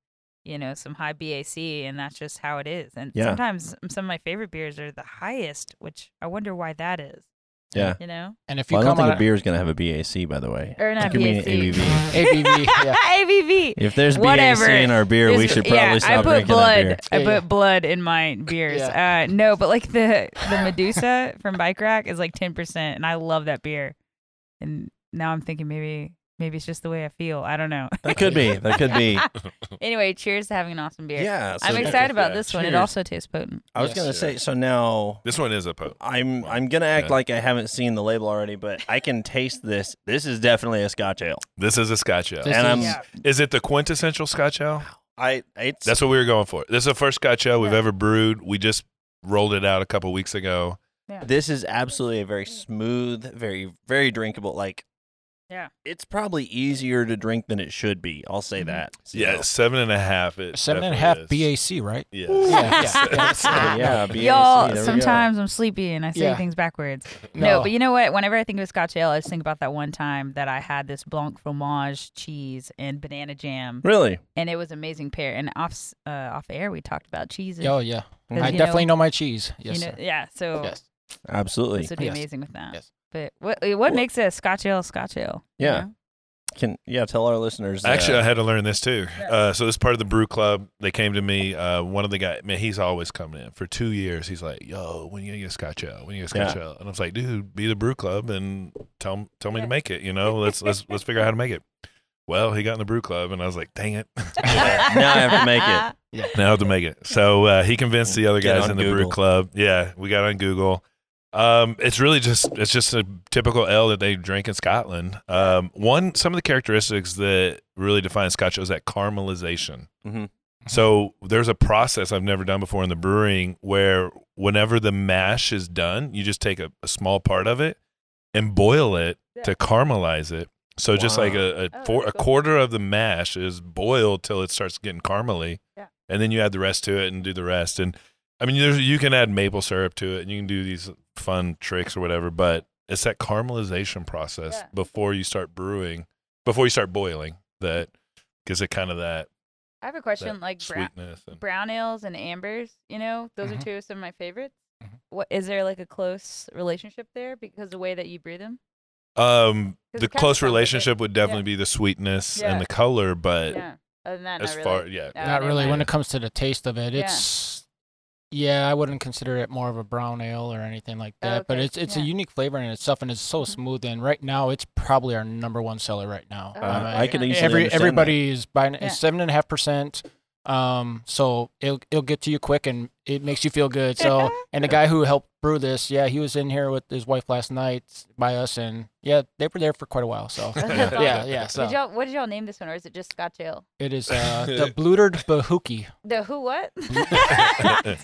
S2: you know, some high BAC, and that's just how it is. And
S1: Yeah.
S2: sometimes some of my favorite beers are the highest, which I wonder why that is.
S1: Yeah.
S2: You know,
S4: And if you
S1: Well, I don't
S4: come
S1: think
S4: on
S1: a beer is going to have a BAC, by the way.
S2: or
S1: It
S2: not
S1: could be an
S2: BAC.
S1: ABV.
S4: ABV, yeah.
S2: ABV.
S1: If there's
S2: Whatever.
S1: BAC in our beer, we
S2: This-
S1: should probably
S2: yeah,
S1: stop
S2: I put
S1: drinking
S2: blood.
S1: that beer.
S2: I
S4: Yeah,
S2: put
S4: yeah.
S2: blood in my beers. Uh, no, but like the the Medusa from Bike Rack is like ten percent, and I love that beer. And now I'm thinking maybe maybe it's just the way I feel. I don't know.
S1: That could be. That could be.
S2: anyway, cheers to having an awesome beer.
S1: Yeah. so
S2: I'm
S1: that-
S2: excited about
S3: yeah,
S2: this one. It
S1: cheers.
S2: also tastes potent.
S1: I was
S4: Yes,
S1: going to
S3: sir.
S1: say, so now
S3: This one is a po-
S1: I'm I'm going to act
S3: Yeah.
S1: like I haven't seen the label already, but I can taste this. This is definitely a Scotch ale.
S3: This is a Scotch ale.
S4: This
S1: and I'm,
S4: is-
S3: Is it the quintessential Scotch ale?
S1: I, it's,
S3: That's what we were going for. This is the first Scotch ale we've ever brewed. We just rolled it out a couple weeks ago.
S1: This is absolutely a very smooth, very very drinkable. Like,
S2: Yeah. Mm-hmm.
S1: it's probably easier to drink than it should be. I'll say that. So-
S3: Yeah, seven and a half. It
S4: Seven and a half
S3: definitely is.
S4: BAC, right?
S3: Yes.
S1: So, yeah, BAC,
S2: Ah, Y'all,
S1: there we go.
S2: sometimes I'm sleepy and I say
S4: Yeah.
S2: things backwards. No. but you know what? Whenever I think of Scotch ale, I just think about that one time that I had this blanc fromage cheese and banana jam,
S1: really,
S2: and it was amazing pair. And off s- uh, off air, we talked about cheeses.
S4: Oh, yeah.
S2: 'cause,
S4: I
S2: you
S4: definitely know, my cheese. Yes,
S2: you know,
S4: sir.
S2: yeah. So
S4: Yes.
S1: absolutely.
S2: this would be
S4: Yes.
S2: amazing with that.
S4: Yes.
S2: But what eh, what
S1: Well-
S2: makes a Scotch ale Scotch ale? you
S1: Yeah.
S2: know?
S1: Can yeah, tell our listeners. uh,
S3: Actually, I had to learn this too. Uh, so this is part of the brew club. They came to me. Uh, one of the guys, man, he's always coming in for two years. He's like, "Yo, when you gonna get a Scotch ale? When you gonna get a Scotch ale?" And I was like, "Dude, be the brew club and tell tell me to make it. You know, let's let's let's figure out how to make it." Well, he got in the brew club, and I was like, "Dang it,
S1: now I have to make it.
S3: now I have to make it." So uh, he convinced the other
S1: Get
S3: guys
S1: on
S3: in the brew
S1: Google.
S3: club. Yeah, we got on Google. Um, it's really just it's just a typical ale that they drink in Scotland. Um, one some of the characteristics that really define Scotch ale is that caramelization.
S1: Mhm.
S3: So there's a process I've never done before in the brewing where whenever the mash is done, you just take a, a small part of it and boil it to caramelize it. So just like a a,
S2: Oh,
S3: four, a
S2: that's cool.
S3: quarter of the mash is boiled till it starts getting caramely,
S2: Yeah.
S3: and then you add the rest to it and do the rest. And I mean, there's, you can add maple syrup to it, and you can do these fun tricks or whatever. But it's that caramelization process
S2: Yeah.
S3: before you start brewing, before you start boiling, that gives it kind of that,
S2: I have a
S3: that
S2: question. Like bra-
S3: sweetness. And,
S2: brown ales and ambers, you know, those
S3: Mm-hmm.
S4: Mhm.
S2: are two of some of my favorites.
S4: Mhm.
S2: What is there like a close relationship there because the way that you brew them?
S3: um,
S2: 'Cause
S3: the
S2: it kinda sounds
S3: close
S2: like it.
S3: relationship would definitely be the sweetness
S2: Yeah.
S3: and the color, but
S2: yeah. Other than that,
S3: Uh, as
S2: not really.
S3: far yeah,
S2: No,
S4: Not
S2: never
S4: really. When
S2: mind.
S4: it comes to the taste of it,
S2: Yeah.
S4: it's yeah, I wouldn't consider it more of a brown ale or anything like that. But
S2: Oh, Okay,
S4: it's it's
S2: yeah. Mm-hmm.
S4: a unique flavor in itself, and it's so smooth. And right now, it's probably our number one seller right now.
S2: Oh,
S1: Uh,
S4: Um,
S2: okay.
S1: I could
S2: Yeah.
S1: easily
S4: every
S1: understand
S4: everybody is buying
S2: Yeah.
S4: it's seven and a half percent. Um, so it'll it'll get to you quick and it makes you feel good. So and the guy who helped brew this, yeah, he was in here with his wife last night by us, and yeah, they were there for quite a while. So
S2: That's awesome.
S4: yeah, yeah.
S2: Did
S4: So
S2: y'all, what did y'all name this one, or is it just Scotch Ale?
S4: it is uh, the Blutered Bahuki.
S2: The who what?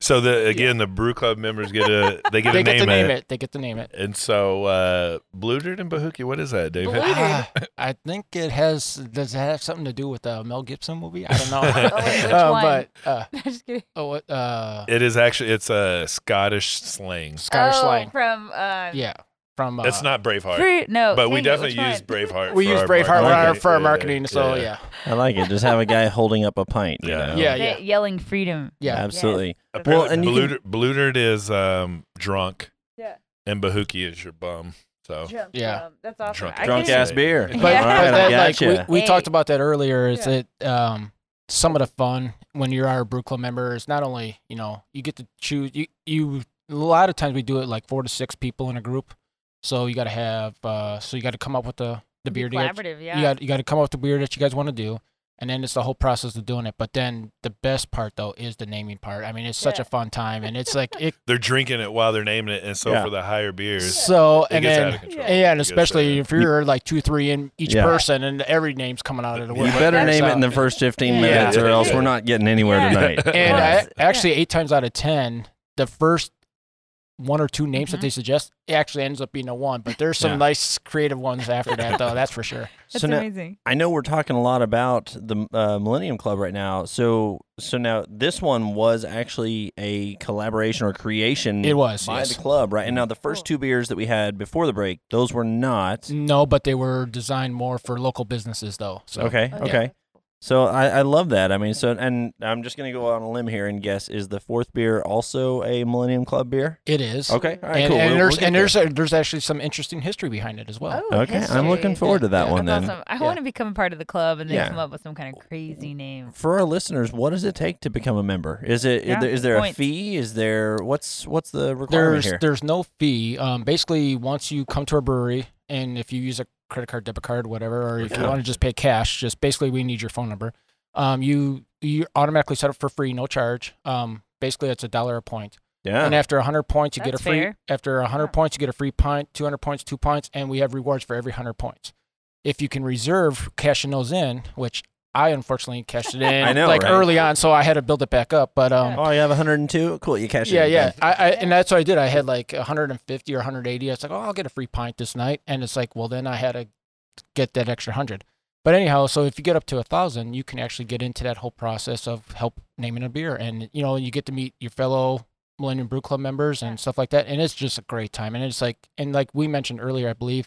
S3: so the again, the brew club members get a they get
S4: They
S3: a
S4: get
S3: name,
S4: to name
S3: it.
S4: it. They get to name it.
S3: And so uh Bludard and Bahuki, what is that, David?
S2: Blue-
S4: Ah, I think it has. Does it have something to do with the Mel Gibson movie? I don't know.
S2: wait, which
S4: Uh,
S2: one?
S4: But uh,
S2: I'm just kidding.
S4: oh, what, uh,
S3: It is actually it's a Scottish slang.
S4: Scottish
S2: oh,
S4: slang.
S2: from uh,
S4: Yeah, from. Uh,
S3: It's not Braveheart.
S2: fruit. No,
S3: But we
S2: dang it,
S3: definitely
S2: which
S3: use
S2: one?
S3: Braveheart.
S4: We
S3: for
S4: use
S3: our
S4: Braveheart for our,
S3: marketing.
S4: for our
S3: Yeah,
S4: marketing, so yeah.
S1: I like it. Just have a guy holding up a pint. you
S3: Yeah.
S1: know?
S4: Yeah,
S2: They- yelling freedom.
S4: Yeah.
S1: absolutely.
S3: Apparently
S1: Well, and you
S3: Bludard, Bludard is um drunk.
S2: Yeah.
S3: And Bahuki is your bum. So
S2: Drunk,
S4: Yeah.
S2: um, that's awesome.
S3: Oh. Drunk-
S2: I
S1: Drunk
S2: couldn't-
S1: ass beer.
S3: But-
S4: But,
S1: All right,
S2: Yeah.
S4: but
S1: I
S4: that,
S1: gotcha.
S4: like we, we
S2: Hey.
S4: talked about that earlier, is
S2: Yeah.
S4: that um, some of the fun when you're our brew club member is not only you know you get to choose you you a lot of times we do it like four to six people in a group, so you got to have uh, so you got to come up with the the
S2: Be
S4: beer that
S2: collaborative. Yeah.
S4: you got you got to come up with the beer that you guys want to do. and then it's the whole process of doing it. But then the best part though is the naming part. I mean, it's such
S5: Yeah.
S4: a fun time, and it's like it.
S3: They're drinking it while they're naming it, and so
S1: Yeah.
S3: for the higher beers,
S4: So
S3: it
S4: and
S3: gets out of
S4: then
S3: control.
S4: yeah,
S3: It
S4: and
S3: gets
S4: especially
S3: out
S4: if you're like two, three in each
S1: Yeah.
S4: person, and every name's coming out of the
S3: You
S4: woodwork.
S1: You better
S4: That's
S1: name it in
S4: how-
S1: the first 15
S2: Yeah.
S1: minutes, or
S3: Yeah.
S1: else we're not getting anywhere
S5: Yeah.
S1: tonight.
S4: And
S1: Right.
S4: I, actually, eight times out of ten, the first one or two names that
S5: Mhm.
S4: they suggest it actually ends up being a one. But there's some
S1: Yeah.
S4: nice creative ones after that, though. That's for sure.
S5: That's
S1: so now,
S5: amazing.
S1: I know we're talking a lot about the uh, Millennium Club right now. So, so now this one was actually a collaboration or creation
S4: It was.
S1: by
S4: yes.
S1: the club, right? And now the first
S5: Cool.
S1: two beers that we had before the break, those were not.
S4: No, but they were designed more for local businesses, though. So
S1: Okay,
S5: Oh, yeah.
S1: okay. So I, I love that. I mean, so and I'm just gonna go out on a limb here and guess: is the fourth beer also a Millennium Club beer?
S4: it is.
S1: Okay, all right,
S4: and,
S1: cool.
S4: and
S1: We'll-
S4: there's
S1: we'll get
S4: and
S1: there.
S4: there's a, there's actually some interesting history behind it as well.
S5: Oh,
S1: Okay, I'm looking
S5: history.
S1: forward to that
S4: Yeah.
S1: one
S5: That's
S1: then.
S5: awesome. I
S4: Yeah.
S5: want to become a part of the club and then
S1: Yeah.
S5: come up with some kind of crazy name.
S1: For our listeners, what does it take to become a member? Is it is
S5: Yeah,
S1: there, is there a
S5: points.
S1: fee? Is there what's what's the requirement
S4: There's
S1: here?
S4: there's no fee. Um, basically, once you come to a brewery and if you use a credit card, debit card, whatever, or if you
S1: Yeah.
S4: want to just pay cash, just basically we need your phone number. Um, you you automatically set up for free, no charge. Um, basically it's a dollar a point.
S1: yeah.
S4: And after 100 points, you get a
S5: That's
S4: free.
S5: fair.
S4: After 100
S5: Yeah.
S4: points, you get a free pint. 200 points, two pints, and we have rewards for every 100 points. If you can reserve cashing those in, which I unfortunately cashed it in
S1: I know,
S4: like
S1: right?
S4: early on, so I had to build it back up. But um,
S1: Oh, you have 102? Cool, you cash it
S4: yeah,
S1: in.
S4: yeah.
S1: then.
S4: I, I and that's what I did. I had like 150 or 180. I was like, oh, I'll get a free pint this night, and it's like, well, then I had to get that extra hundred. But anyhow, so if you get up to a thousand, you can actually get into that whole process of help naming a beer, and you know, you get to meet your fellow Millennium Brew Club members and stuff like that, and it's just a great time. And it's like, and like we mentioned earlier, I believe.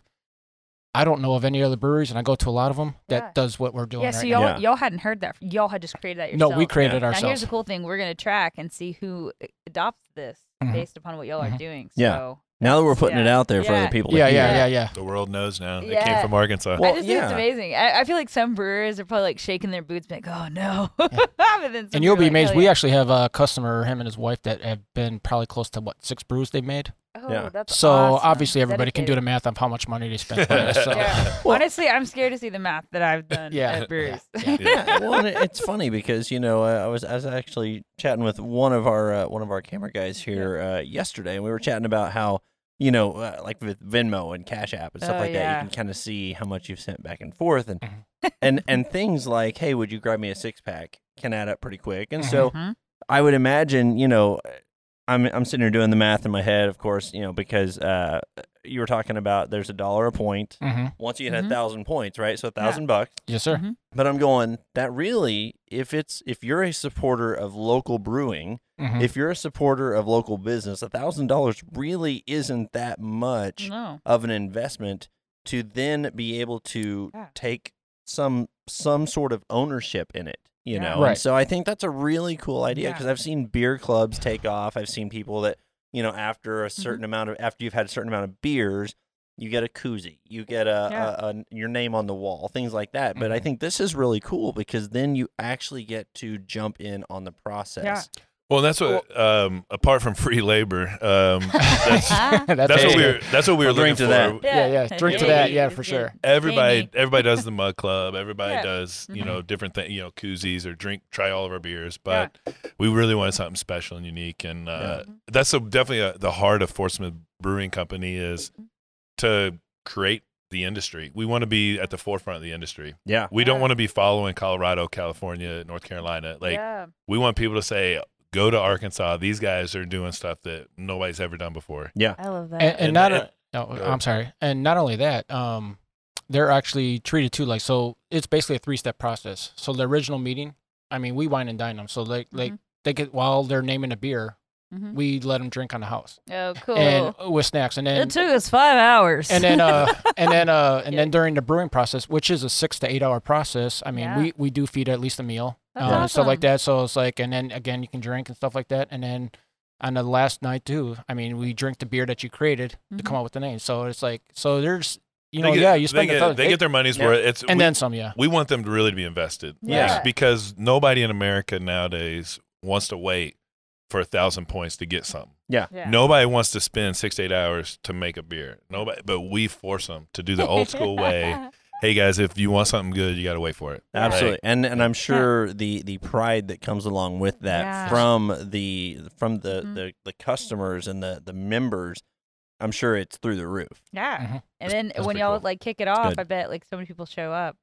S4: I don't know of any other breweries, and I go to a lot of them that
S5: Yeah.
S4: does what we're doing
S5: Yeah,
S4: right
S5: so
S4: now.
S5: y'all
S1: Yeah.
S5: y'all hadn't heard that. Y'all had just created that yourself.
S4: No, we created
S5: Now here's
S4: ourselves.
S5: the cool thing: we're gonna track and see who adopts this
S4: Mhm.
S5: based upon what y'all are
S4: Mhm.
S5: doing.
S1: Yeah.
S5: So
S1: Now that we're putting it
S5: Yeah.
S1: out there for
S5: Yeah.
S1: other people to
S4: yeah, yeah,
S1: hear.
S4: yeah, yeah.
S3: the world knows now. It came
S5: Yeah.
S3: from Arkansas.
S1: Well,
S5: I just think
S1: yeah.
S5: it's amazing. I, I feel like some brewers are probably like shaking their boots, being like, "Oh no!" But then some
S4: And you'll be
S5: people are like, "Oh,
S4: amazed.
S5: "Hell
S4: We
S5: yeah."
S4: actually have a customer, him and his wife, that have been probably close to what six brews they've made.
S5: Oh,
S1: Yeah.
S5: that's
S4: so
S5: awesome.
S4: obviously everybody can do the
S5: Dedicated.
S4: math on how much money they spent. on it, so.
S5: Yeah. Honestly, I'm scared to see the math that I've done
S4: Yeah.
S5: at breweries.
S1: Yeah, well, and it- it's funny because you know uh, I was I was actually chatting with one of our uh, one of our camera guys here uh, yesterday, and we were chatting about how you know uh, like with Venmo and Cash App and stuff
S5: Oh,
S1: like
S5: yeah.
S1: that, you can kind of see how much you've sent back and forth, and
S4: Mhm.
S1: and and things like hey, would you grab me a six pack can add up pretty quick, and
S4: Mhm.
S1: so
S5: Mhm.
S1: I would imagine you know. I'm, I'm sitting here doing the math in my head, of course, you know, because uh, you were talking about there's a dollar a point.
S4: Mhm.
S1: Once you hit a
S5: Mhm.
S1: thousand points, right? So a thousand bucks.
S4: Yes, sir.
S5: Mhm.
S1: But I'm going that really if it's if you're a supporter of local brewing,
S5: Mm-hmm.
S4: Mhm.
S1: if you're a supporter of local business, a thousand dollars really isn't that much
S5: No.
S1: of an investment to then be able to
S5: Yeah.
S1: take some some sort of ownership in it. You
S5: Yeah.
S1: know, And
S4: Right.
S1: so I think that's a really cool idea
S5: Yeah.
S1: because I've seen beer clubs take off. I've seen people that you know after
S5: Mm-hmm.
S1: a certain amount of after you've had a certain amount of beers, you get a koozie, you get a,
S5: Yeah. Mm-hmm.
S1: a, a your name on the wall, things like that. But I
S4: Mhm.
S1: think this is really cool because then you actually get to jump in on the process.
S3: Well, that's what. Um, apart from free labor, um, that's, that's what
S1: Hey.
S3: we were. That's what we were
S1: I'll drink to
S3: looking
S1: that.
S3: for.
S4: Yeah, yeah, drink to that, yeah, for sure.
S3: Everybody,
S5: Jamie.
S3: everybody does the mug club. Everybody
S5: Yeah.
S3: does, you
S5: Mhm.
S3: know, different things. You know, koozies or drink, try all of our beers. But we really wanted something special and unique, and uh,
S5: Mm-hmm.
S3: that's a, definitely a, the heart of Fortsmith Brewing Company is
S5: Mm-hmm.
S3: to create the industry. We want to be at the forefront of the industry.
S1: Yeah.
S3: We don't
S5: Yeah.
S3: want to be following Colorado, California, North Carolina. Like
S5: yeah.
S3: we want people to say, "Go to Arkansas. These guys are doing stuff that nobody's ever done before."
S5: I love
S4: And,
S5: that.
S4: and
S3: And-
S4: not
S3: and-
S4: no,
S3: ahead.
S4: I'm sorry. And not only that, um, they're actually treated too like so. It's basically a three step process. So the original meeting, I mean, we wine and dine them. So like like
S5: Mhm.
S4: they get while they're naming a beer,
S5: Mhm.
S4: we let them drink on the house
S5: oh, cool.
S4: and uh, with snacks, and then
S5: it took us five hours.
S4: and then uh and then uh and then during the brewing process which is a six to eight hour process i mean
S5: Yeah.
S4: we we do feed at least a meal
S5: That's
S4: um, and stuff like
S5: awesome.
S4: that so it's like and then again you can drink and stuff like that and then on the last night too i mean we drink the beer that you created to
S5: Mm-hmm.
S4: come up with the name so it's like so there's you know
S3: They get-
S4: Oh, yeah you spend
S3: they
S4: a
S3: get,
S4: thousand-
S3: they get their money's
S1: Yeah.
S3: worth. It's
S4: and
S3: we,
S4: then some yeah
S3: we want them to really be invested.
S1: Yeah.
S3: Like, because nobody in America nowadays wants to wait for a thousand points to get something.
S5: yeah.
S3: Nobody wants to spend six to eight hours to make a beer. Nobody, but we force them to do the old school way hey guys, if you want something good, you got to wait for it.
S1: Absolutely, and and I'm sure the the pride that comes along with that
S2: Yeah.
S1: from the from the,
S2: Mhm.
S1: the the customers and the the members, I'm sure it's through the roof.
S2: Yeah.
S4: Mhm.
S2: And
S3: That's-
S2: then
S3: that's
S2: when
S3: pretty
S2: y'all
S3: cool.
S2: like kick it off,
S1: good.
S2: I bet like so many people show up.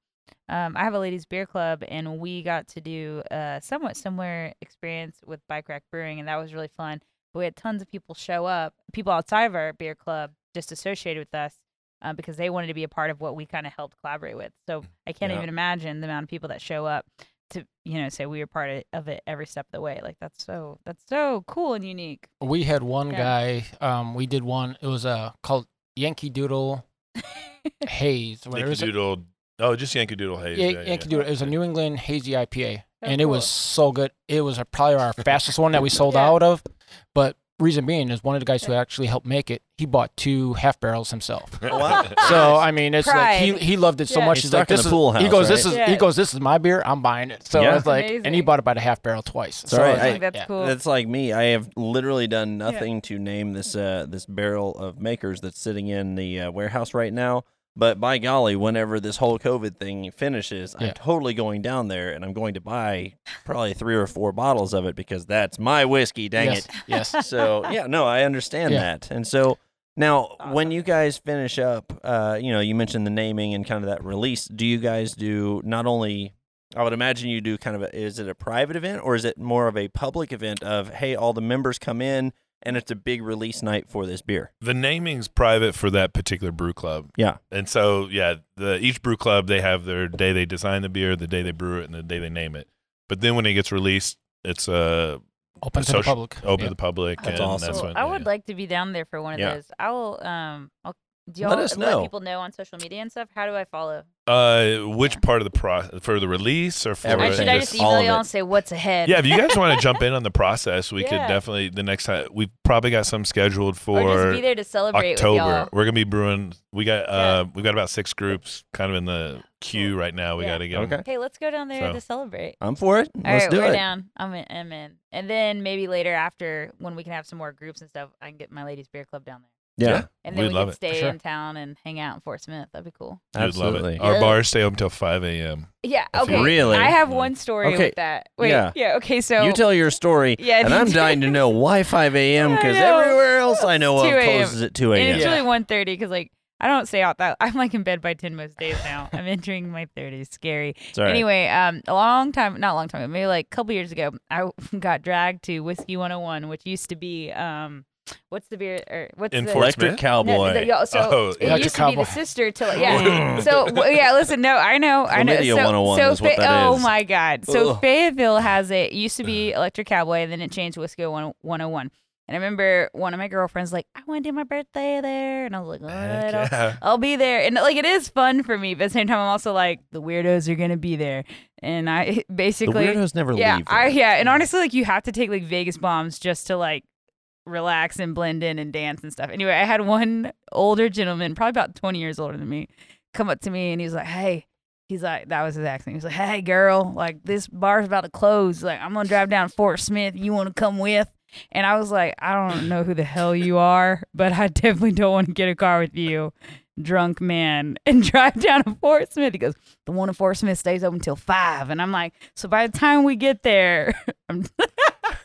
S2: Um, I have a ladies beer club, and we got to do a somewhat similar experience with Bike Rack Brewing, and that was really fun. But we had tons of people show up, people outside of our beer club, just associated with us, uh, because they wanted to be a part of what we kind of helped collaborate with. So I can't
S1: Yeah.
S2: even imagine the amount of people that show up to you know say we were part of, of it every step of the way. Like that's so that's so cool and unique.
S4: We had one
S2: Yeah.
S4: guy. Um, we did one. It was uh, called Yankee Doodle Haze. or
S3: Yankee
S4: whatever. It was a-
S3: Doodle. Oh, just Yankee Doodle Haze.
S4: Yeah, Yankee Doodle. It was a New England hazy IPA,
S2: Oh,
S4: and it was
S2: cool.
S4: so good. It was a, probably our fastest one that we sold
S2: Yeah.
S4: out of. But reason being is one of the guys who actually helped make it. He bought two half barrels himself.
S1: Wow.
S4: So I mean, it's like
S2: Pride.
S4: he, he loved it so
S2: Yeah.
S4: much.
S1: He's
S4: He's,
S1: stuck
S4: like,
S1: in
S4: this
S1: the
S4: is,
S1: pool
S4: he
S1: house,
S4: goes, this
S1: right?
S4: is
S2: Yeah.
S4: he goes, this is my beer. I'm buying it. So
S1: Yeah.
S4: it's like, and he
S2: Amazing.
S4: bought it by the half barrel twice. So
S1: right.
S4: it's
S1: I-
S2: I
S4: like,
S2: think that's
S4: yeah.
S2: cool.
S1: That's like me. I have literally done nothing to name this uh this barrel of makers that's sitting in the uh, warehouse right now. But by golly, whenever this whole COVID thing finishes, I'm
S4: Yeah.
S1: totally going down there and I'm going to buy probably three or four bottles of it because that's my whiskey. Dang it.
S4: yes, Yes.
S1: so yeah, no, I understand
S4: Yeah.
S1: that. And so now, when
S2: Awesome.
S1: you guys finish up, uh, you know, you mentioned the naming and kind of that release. Do you guys do not only? I would imagine you do kind of. A, is it a private event or is it more of a public event of hey, all the members come in and it's a big release night for this beer?
S3: the naming's private for that particular brew club.
S1: Yeah.
S3: And so yeah, the each brew club they have their day they design the beer, the day they brew it, and the day they name it. But then when it gets released, it's uh
S4: Open to the
S3: Social-
S4: public.
S3: open
S4: Yeah.
S3: to the public.
S1: That's
S3: and
S1: awesome.
S3: That's
S2: Cool.
S3: when,
S2: I
S3: yeah.
S2: would like to be down there for one of
S1: Yeah.
S2: those. I will. Um, I'll, do
S1: Let
S2: y'all
S1: us know.
S2: people know on social media and stuff? How do I follow?
S3: Uh, which part of the process for the release or for
S2: Or
S1: Everything.
S2: should I just
S1: Just all
S2: email
S1: of
S2: y'all
S1: it.
S2: and say what's ahead?
S3: yeah, if you guys want to jump in on the process, we
S2: Yeah.
S3: could definitely the next time we've probably got some scheduled
S2: or
S3: for
S2: just be there to celebrate with
S3: October.
S2: y'all.
S3: We're gonna be brewing. We got uh, we've got about six groups kind of in the queue right now. We
S2: Yeah.
S3: got to get 'em.
S1: Okay.
S2: Okay, let's go down there
S3: So.
S2: to celebrate.
S1: I'm for it. Let's
S2: All right,
S1: do
S2: we're
S1: it.
S2: down. I'm in, I'm in, and then maybe later after when we can have some more groups and stuff, I can get my ladies beer club down
S1: Yeah,
S2: there,
S3: Yeah.
S2: and then
S3: We'd
S2: we
S3: love
S2: can
S3: it.
S2: stay
S4: sure.
S2: in town and hang out in Fort Smith. That'd be cool.
S3: You'd love it.
S1: absolutely.
S3: Our
S2: Yeah.
S3: bars stay open till five a.m.
S2: Yeah.
S3: If you-
S2: Okay.
S1: Really?
S2: I have
S3: Yeah.
S2: one story
S1: Okay,
S2: with that. Wait.
S1: yeah.
S2: Yeah. okay. So
S1: you tell your story,
S2: Yeah,
S1: and
S2: they
S1: I'm
S2: do.
S1: dying to know why 5 a.m.
S2: I
S1: because
S2: know.
S1: everywhere else I know of
S2: 2 a.m.
S1: closes at 2
S2: And
S1: a.m.
S2: it's
S4: Yeah.
S2: really 1.30 because like I don't say out that I'm like in bed by ten most days now. I'm entering my thirties. Scary.
S1: Sorry.
S2: Anyway, um, a long time, not a long time, ago, maybe like a couple years ago, I got dragged to Whiskey 101, which used to be um, what's the beer or what's
S3: In
S2: the
S3: Fort
S1: Electric
S3: Smith?
S2: No,
S1: Cowboy.
S2: the- y'all- so
S3: Oh,
S2: it
S4: Electric
S2: used to be
S4: Cowboy.
S2: the sister to like, yeah. so w- yeah, listen, no, I know, I know.
S1: Chlamydia
S2: So,
S1: 101
S2: so
S1: is what
S2: Fa-
S1: that
S2: oh
S1: is.
S2: my god. So
S1: Ugh.
S2: Fayetteville has it. it used to be Electric Cowboy, and then it changed to Whiskey 1- 101. And I remember one of my girlfriends like, I want to do my birthday there, and I was like, "Oh, I
S3: Heck
S2: don't
S3: yeah.
S2: I'll be there. And like it is fun for me, but at the same time I'm also like the weirdos are gonna be there. And I
S1: the
S2: basically
S1: weirdos never
S2: Yeah,
S1: leave.
S2: I yeah, and honestly like you have to take like Vegas bombs just to like relax and blend in and dance and stuff. Anyway, I had one older gentleman, probably about twenty years older than me, come up to me and he was like, Hey, he's like that was his accent. He was like, Hey girl, like this bar's about to close. Like I'm gonna drive down to Fort Smith. You wanna come with? And I was like, I don't know who the hell you are, but I definitely don't want to get a car with you, drunk man, and drive down to Fort Smith. He goes, The one in Fort Smith stays open till five. And I'm like, So by the time we get there, I'm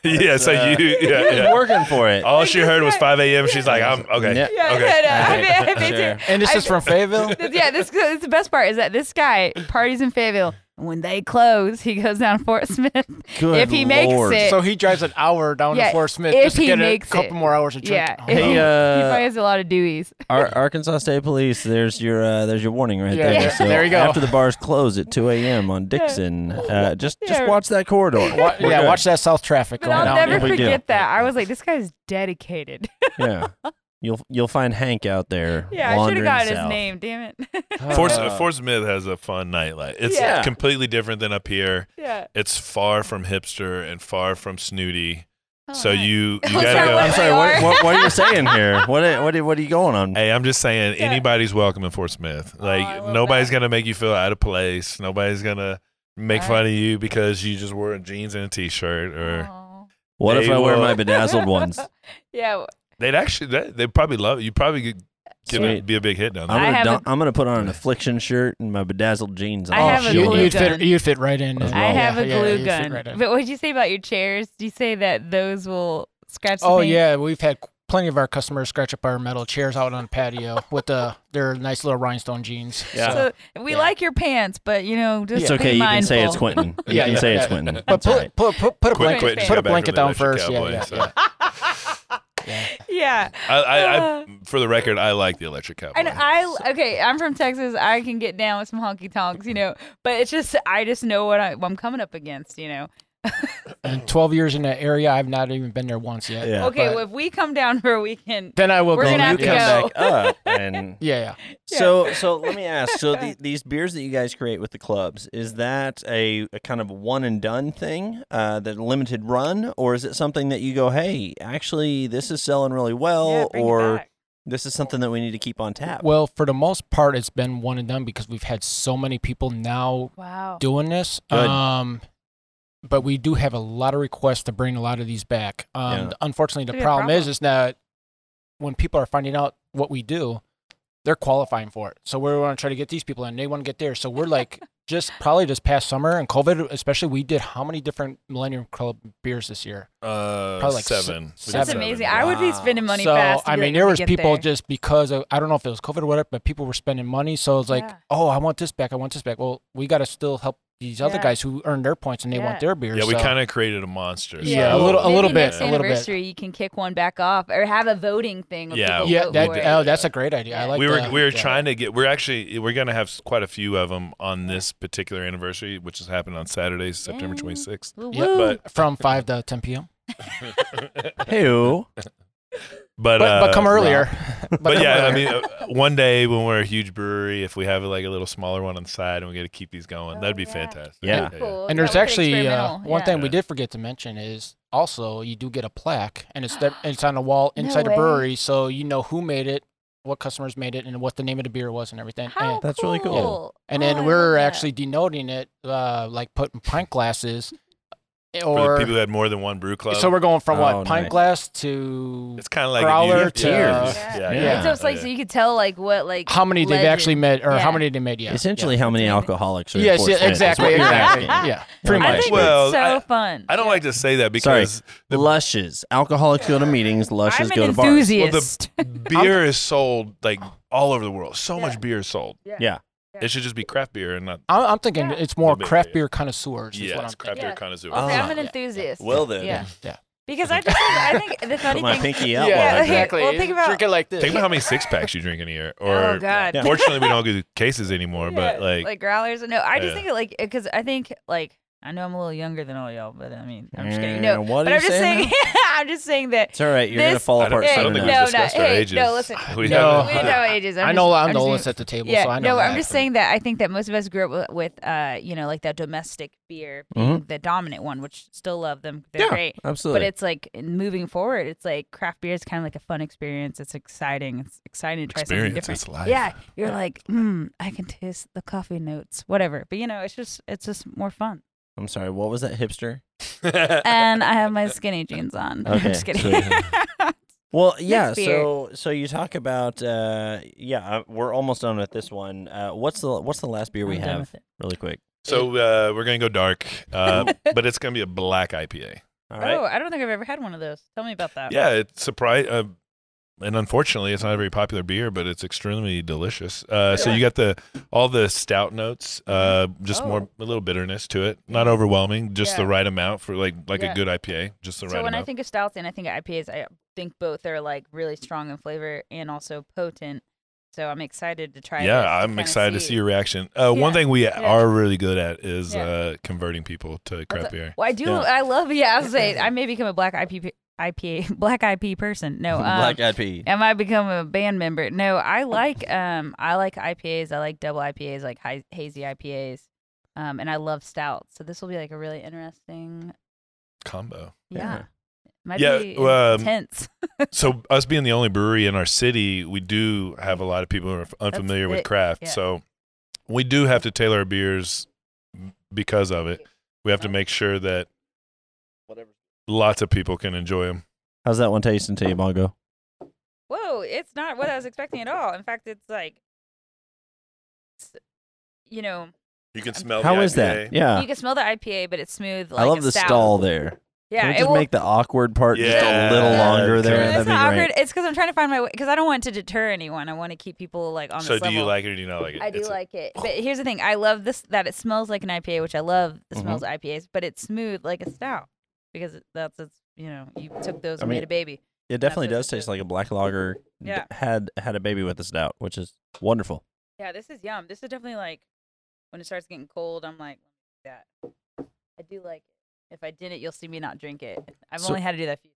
S3: yeah. So
S1: uh,
S3: you. Yeah,
S1: He's
S3: yeah.
S1: working for it.
S3: All she heard was five a.m. She's like, I'm okay.
S1: Yeah.
S2: yeah,
S3: Okay.
S2: no, no, I mean, I mean,
S1: Sure.
S4: And this
S2: I-
S4: is from Fayetteville.
S2: this- yeah, this, this is the best part is that this guy parties in Fayetteville. And when they close, he goes down to Fort Smith.
S1: Good
S2: If he makes
S1: Lord.
S2: it-
S4: so he drives an hour down
S2: Yeah,
S4: to Fort Smith
S2: if
S4: just to
S2: he
S4: get a
S2: makes
S4: couple
S2: it.
S4: more hours of drink.
S2: Yeah.
S4: Oh,
S2: If
S1: Hey,
S4: wow.
S2: he probably
S1: uh,
S2: has a lot of Dewey's.
S1: Ar- Arkansas State Police. There's your uh, there's your warning right
S4: Yeah,
S1: there.
S4: yeah.
S1: So
S4: There you go.
S1: After the bars close at 2 a.m. on Dixon, uh, just just
S2: Yeah.
S1: watch that corridor.
S4: Wa-
S1: We're
S4: yeah,
S1: good.
S4: watch that south traffic
S2: But
S4: going
S2: I'll
S4: down.
S2: never
S1: Yeah, we do.
S2: forget that. I was like, this guy's dedicated.
S1: Yeah, you'll you'll find Hank out there.
S2: yeah, I should have
S1: wandering
S2: gotten his
S1: south.
S2: name. Damn it.
S3: Fort,
S1: Uh,
S3: Fort Smith has a fun nightlife. It's
S1: Yeah.
S3: completely different than up here.
S2: yeah.
S3: It's far from hipster and far from snooty.
S2: Oh,
S3: so
S2: nice.
S3: you you
S2: I'm
S3: gotta
S2: sorry,
S3: go.
S1: I'm sorry.
S2: They
S1: What,
S2: are.
S1: what, what are you saying here? What are- what are- what are you going on?
S3: Hey, I'm just saying
S2: Yeah.
S3: anybody's welcome in Fort Smith.
S2: Oh,
S3: Like
S2: I love
S3: nobody's
S2: that.
S3: gonna make you feel out of place. Nobody's gonna make
S2: All
S3: fun of you because you just wore jeans and a t-shirt. Or
S2: Aw.
S1: What if
S3: Hey,
S1: I wear
S3: well-
S1: my bedazzled ones?
S2: Yeah. w-
S3: they'd actually they they probably love it. you. Probably could Could
S1: Sweet.
S3: be a big hit
S1: I'm
S3: down there.
S2: I
S1: gonna,
S2: have
S1: don- I'm gonna put on an affliction shirt and my bedazzled jeans.
S2: I
S1: on.
S2: have a
S4: you,
S2: glue
S4: would fit.
S2: gun.
S4: Oh, You'd fit right in.
S1: As
S4: uh,
S2: I
S1: well.
S2: have
S4: yeah,
S2: a
S4: yeah,
S2: glue
S4: you'd fit
S2: gun.
S4: right in.
S2: but what did you say about your chairs? Do you say that those will scratch? The
S4: Oh
S2: paint?
S4: yeah, we've had plenty of our customers scratch up our metal chairs out on the patio with the their nice little rhinestone jeans.
S1: Yeah.
S4: So-
S2: So we
S4: Yeah.
S2: like your pants, but you know, just
S1: It's
S2: be
S1: okay. You can say it's
S2: mindful.
S1: Quentin. You
S4: Yeah,
S1: can
S4: yeah,
S1: say it's
S4: yeah.
S1: Quentin.
S4: but
S1: That's all right.
S4: put, put, put, put a
S3: Quick,
S4: blanket,
S3: quick, just
S4: put a
S3: got back from
S4: blanket
S3: the
S4: down
S3: Dallas
S4: first. Yeah,
S3: Cowboys,
S4: yeah,
S3: so.
S4: yeah.
S2: yeah,
S3: I, I,
S2: Uh.
S3: I, for the record, I like the electric cowboy.
S2: and I okay. I'm from Texas. I can get down with some honky tonks, you know. But it's just I just know what, I, what I'm coming up against, you know.
S4: In 12 years in that area, I've not even been there once yet.
S1: Yeah.
S2: okay,
S4: but-
S2: well, if we come down for a weekend,
S4: Then I will
S2: We're
S4: go.
S2: gonna have to
S4: yeah.
S2: go.
S1: Back up Uh, and
S4: Yeah, yeah.
S2: Yeah.
S1: So, so let me ask. So, the, these beers that you guys create with the clubs is that a, a kind of one and done thing, uh, that limited run, or is it something that you go, hey, actually, this is selling really well,
S2: yeah, bring it
S1: or
S2: back.
S1: this is something that we need to keep on tap?
S4: Well, for the most part, it's been one and done because we've had so many people now
S2: wow,
S4: doing this.
S1: Good.
S4: Um, but we do have a lot of requests to bring a lot of these back. Um,
S1: Yeah.
S4: Unfortunately, the
S2: Could be a
S4: problem, is
S2: problem.
S4: is that when people are finding out what we do, they're qualifying for it. So we want to try to get these people in. They want to get there. So we're like just probably this past summer and COVID, especially we did how many different Millennium Club beers this year?
S3: uh,
S4: Probably like
S3: seven.
S4: s-
S3: We did
S2: that's
S4: seven.
S2: amazing.
S3: yeah.
S2: I would be
S1: Wow.
S2: spending money
S4: so
S2: fast. to
S4: I
S2: be like,
S4: mean, there
S2: "Let me
S4: was
S2: get
S4: people
S2: there."
S4: just because of I don't know if it was COVID or whatever, but people were spending money. So it's like,
S2: Yeah.
S4: oh, I want this back, I want this back. Well, we got to still help these other
S2: Yeah.
S4: guys who earn their points and they
S2: Yeah.
S4: want their beers.
S3: Yeah, we
S4: so-
S3: kind of created a monster.
S4: Yeah, a
S3: so-
S4: little- a
S2: Maybe
S4: little bit,
S2: Next
S4: a little bit.
S2: anniversary, you can kick one back off or have a voting thing. where
S3: Yeah,
S2: people
S4: yeah,
S2: vote
S4: that,
S2: for it.
S4: oh, that's a great idea. I like.
S3: we were
S4: the-
S3: we were
S4: yeah.
S3: trying to get. We're actually we're gonna have s- quite a few of them on this particular anniversary, which is happening on Saturday, September
S4: Mm.
S2: Yeah.
S3: twenty sixth.
S2: Woo,
S4: Yeah,
S2: woo.
S3: But
S4: from five to ten p.m.
S1: Hey-o.
S3: but
S4: But but,
S3: uh,
S4: come earlier.
S3: But
S4: come
S3: yeah, I
S4: earlier.
S3: mean, uh, one day when we're a huge brewery, if we have like a little smaller one on the side and we got to keep these going,
S2: Oh,
S3: that'd be
S2: yeah.
S3: fantastic.
S1: Yeah.
S2: Cool.
S4: and
S2: That
S4: there's
S2: was an
S4: actually uh,
S2: experimental,
S4: one
S2: yeah.
S4: thing we
S3: Yeah.
S4: did forget to mention is also you do get a plaque, and it's there, it's on a wall inside the
S2: way.
S4: brewery, so you know who made it, what customers made it, and what the name of the beer was, and everything.
S2: How
S4: And-
S1: That's really cool.
S2: cool.
S4: and
S2: Oh, I
S4: then
S2: love
S4: we're
S2: that.
S4: actually denoting it, uh, like putting pint glasses,
S3: For the
S4: or
S3: people who had more than one brew club,
S4: so we're going from
S1: Oh,
S4: what pint
S1: nice.
S4: glass to
S3: it's kind of like
S4: growler
S3: a
S4: to-
S3: tiers.
S2: Yeah.
S3: Yeah,
S1: Yeah.
S3: yeah.
S2: And so it's like so you could tell like what like
S4: how many they've actually
S2: legend-
S4: met, or
S2: Yeah.
S4: how many they made. Yeah,
S1: Essentially, how many alcoholics are in
S4: Yes,
S1: Fort
S4: yeah,
S1: Smith is
S4: exactly,
S1: what you're
S4: exactly.
S1: asking.
S4: Yeah, pretty
S1: Yeah.
S2: I
S4: much.
S2: think
S3: Well,
S2: it's so
S3: I-
S2: fun.
S3: I don't like to say that because the
S1: Lushes. Alcoholics go to meetings. Lushes
S2: I'm
S1: go
S2: an
S1: to bars.
S2: enthusiast.
S3: beer is sold like all over the world. So much beer is sold.
S1: Yeah.
S3: It should just be craft beer and not.
S4: I'm, I'm thinking
S2: Yeah.
S4: it's more
S3: Little bit,
S4: craft
S3: yeah.
S4: beer connoisseurs. Is what
S3: Yeah,
S4: I'm Oh.
S3: it's craft
S4: thinking.
S3: beer
S2: Yeah.
S3: connoisseur.
S2: Okay,
S1: Ah.
S2: I'm an enthusiast.
S1: Well then.
S2: yeah,
S4: Yeah.
S2: because I just I think the funny
S1: Put my
S2: thing.
S1: pinky out.
S4: Yeah,
S1: while I drink.
S2: exactly. Well, think about-
S4: drink it like this.
S3: Think about how many six packs you drink in a year. Or
S2: Oh God.
S1: Yeah.
S3: fortunately, we don't do cases anymore.
S2: Yeah,
S3: but like,
S2: like growlers. No, I just
S3: Yeah.
S2: think it like because I think like I know I'm a little younger than all y'all, but I mean I'm just kidding.
S1: Yeah,
S2: No,
S1: what
S2: but
S1: are
S2: I'm
S1: you
S2: just
S1: saying
S2: saying. I'm just saying that.
S1: It's all right. You're gonna
S2: This-
S1: fall
S3: I
S1: apart
S3: don't, I
S1: soon
S3: don't think we've
S1: enough.
S2: No, no,
S3: discussed our
S2: hey,
S3: ages.
S2: no, listen.
S3: We
S4: No.
S2: We
S3: haven't.
S2: don't know ages. I'm
S4: I
S2: just-
S4: know I'm
S2: I'm
S4: the
S2: just-
S4: oldest at the table,
S2: yeah,
S4: so I know.
S2: no,
S4: that.
S2: I'm just saying that I think that most of us grew up with, with uh, you know, like that domestic beer being the dominant one, which still love them. They're
S1: Mm-hmm. Yeah,
S2: great.
S1: absolutely.
S2: But it's like in moving forward, it's like craft beer is kind of like a fun experience. It's exciting. It's exciting to try
S3: Experience.
S2: something
S3: It's
S2: different.
S3: life.
S2: Yeah, you're like, mm, I can taste the coffee notes, whatever. But you know, it's just it's just more fun.
S1: I'm sorry. What was that hipster?
S2: And I have my skinny jeans on. I'm
S1: Okay,
S2: just kidding.
S1: sweet. Well, yeah.
S2: beer.
S1: So, so you talk about, uh, yeah, uh, we're almost done with this one. Uh, what's the what's the last beer we
S2: I'm done
S1: have?
S2: with it.
S1: Really quick.
S3: So uh, we're gonna go dark, uh, but it's gonna be a black IPA.
S1: All right.
S2: Oh, I don't think I've ever had one of those. Tell me about that.
S3: Yeah, it's surprise. Uh, and unfortunately, it's not a very popular beer, but it's extremely delicious. Uh, so you got the all the stout notes, uh, just more a little bitterness to it, not overwhelming, just
S2: Mm-hmm.
S3: the
S2: Oh. Yeah.
S3: right amount for like like
S2: Yeah.
S3: a good IPA, just the
S2: so
S3: right
S2: when I
S3: amount.
S2: think of stouts and I think of IPAs, I think both are like really strong in flavor and also potent. So I'm excited to try. this to
S3: yeah, I'm
S2: kinda
S3: excited to see your reaction. Uh,
S2: Yeah.
S3: One thing we
S2: Yeah.
S3: are really good at is
S2: Yeah.
S3: uh, converting people to craft beer.
S2: Well, I do.
S1: Yeah.
S2: I love. Yeah, I was saying I may become a black IP, IPA, black IP person. No, um,
S1: Black Eyed
S3: E.
S1: Pea.
S2: Am I become a band member? No, I like um I like IPAs. I like double IPAs, like hi- hazy IPAs, um, and I love stouts. So this will be like a really interesting.
S3: Combo.
S2: Yeah,
S1: Yeah.
S2: might
S3: Yeah,
S2: be
S3: well, um,
S2: intense.
S3: so us being the only brewery in our city, we do have a lot of people who are unfamiliar with
S2: it,
S3: craft.
S2: yeah.
S3: So we do have to tailor our beers because of it. We have to make sure that lots of people can enjoy them.
S1: How's that one tasting to you, Mongo?
S2: Whoa, it's not what I was expecting at all. In fact, it's like, s- you know,
S3: You can smell.
S1: How
S3: the
S1: is
S3: IPA.
S1: that? Yeah.
S2: you can smell the IPA, but it's smooth. Like
S1: I love
S2: a
S1: the
S2: stout.
S1: stall there.
S2: Yeah,
S1: Can we
S2: it
S1: just
S2: will.
S1: make the awkward part just
S3: Yeah.
S1: a little longer there?
S3: Yeah,
S2: it's
S1: That'd be
S2: not
S1: great.
S2: awkward. It's because I'm trying to find my way. Because I don't want to deter anyone. I want to keep people like on
S3: So
S2: this
S3: do
S2: level.
S3: you like it or do you not like it?
S2: I do
S3: It's a-
S2: like it.
S1: Oh.
S2: But here's the thing: I love this that it smells like an IPA, which I love.
S1: Mm-hmm.
S2: The smells of IPAs, but it's smooth like a stout because it- that's it's you know you took those
S1: I
S2: and
S1: mean-
S2: made a baby.
S1: It definitely
S2: what
S1: does
S2: it
S1: taste
S2: is.
S1: like a black lager. d-
S2: Yeah.
S1: Had had a baby with a stout, which is wonderful.
S2: Yeah, this is yum. This is definitely like when it starts getting cold. I'm like that. I do like it. If I didn't, you'll see me not drink it. I've
S1: So-
S2: only had to do that. Few-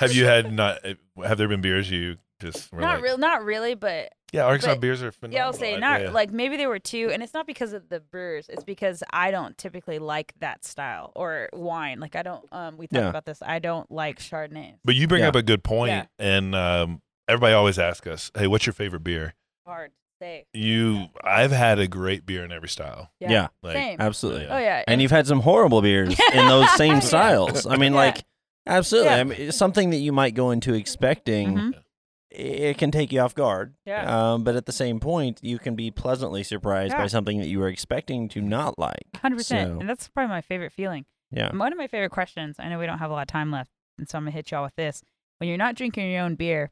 S3: Have you had not? eh, Have there been beers you just were
S2: not
S3: like,
S2: real, not really, but
S3: Yeah, Arkansas
S2: but-
S3: beers are phenomenal.
S2: Yeah, I'll say
S3: I-
S2: not
S3: yeah.
S2: like maybe there were two, and it's not because of the brewers. It's because I don't typically like that style or wine. Like I don't. Um, we talked
S1: Yeah.
S2: about this. I don't like Chardonnay.
S3: But you bring
S1: Yeah.
S3: up a good point,
S2: Yeah.
S3: and um, everybody always asks us, "Hey, what's your favorite beer?"
S2: Hard to say.
S3: You, I've had a great beer in every style.
S1: Yeah,
S2: Yeah.
S3: Like,
S2: Same.
S1: absolutely.
S2: Oh yeah.
S1: And you've had some horrible beers in those same styles. I mean,
S2: Yeah.
S1: like absolutely.
S2: Yeah.
S1: I mean, it's something that you might go into expecting.
S2: Mhm.
S1: i- It can take you off guard,
S2: yeah.
S1: um, but at the same point, you can be pleasantly surprised by
S2: Yeah.
S1: something that you were expecting to not like.
S2: Hundred percent. Mm-hmm.
S1: so-
S2: And that's probably my favorite feeling.
S1: Yeah.
S2: And One of my favorite questions. I know we don't have a lot of time left, and so I'm gonna hit y'all with this. When you're not drinking your own beer,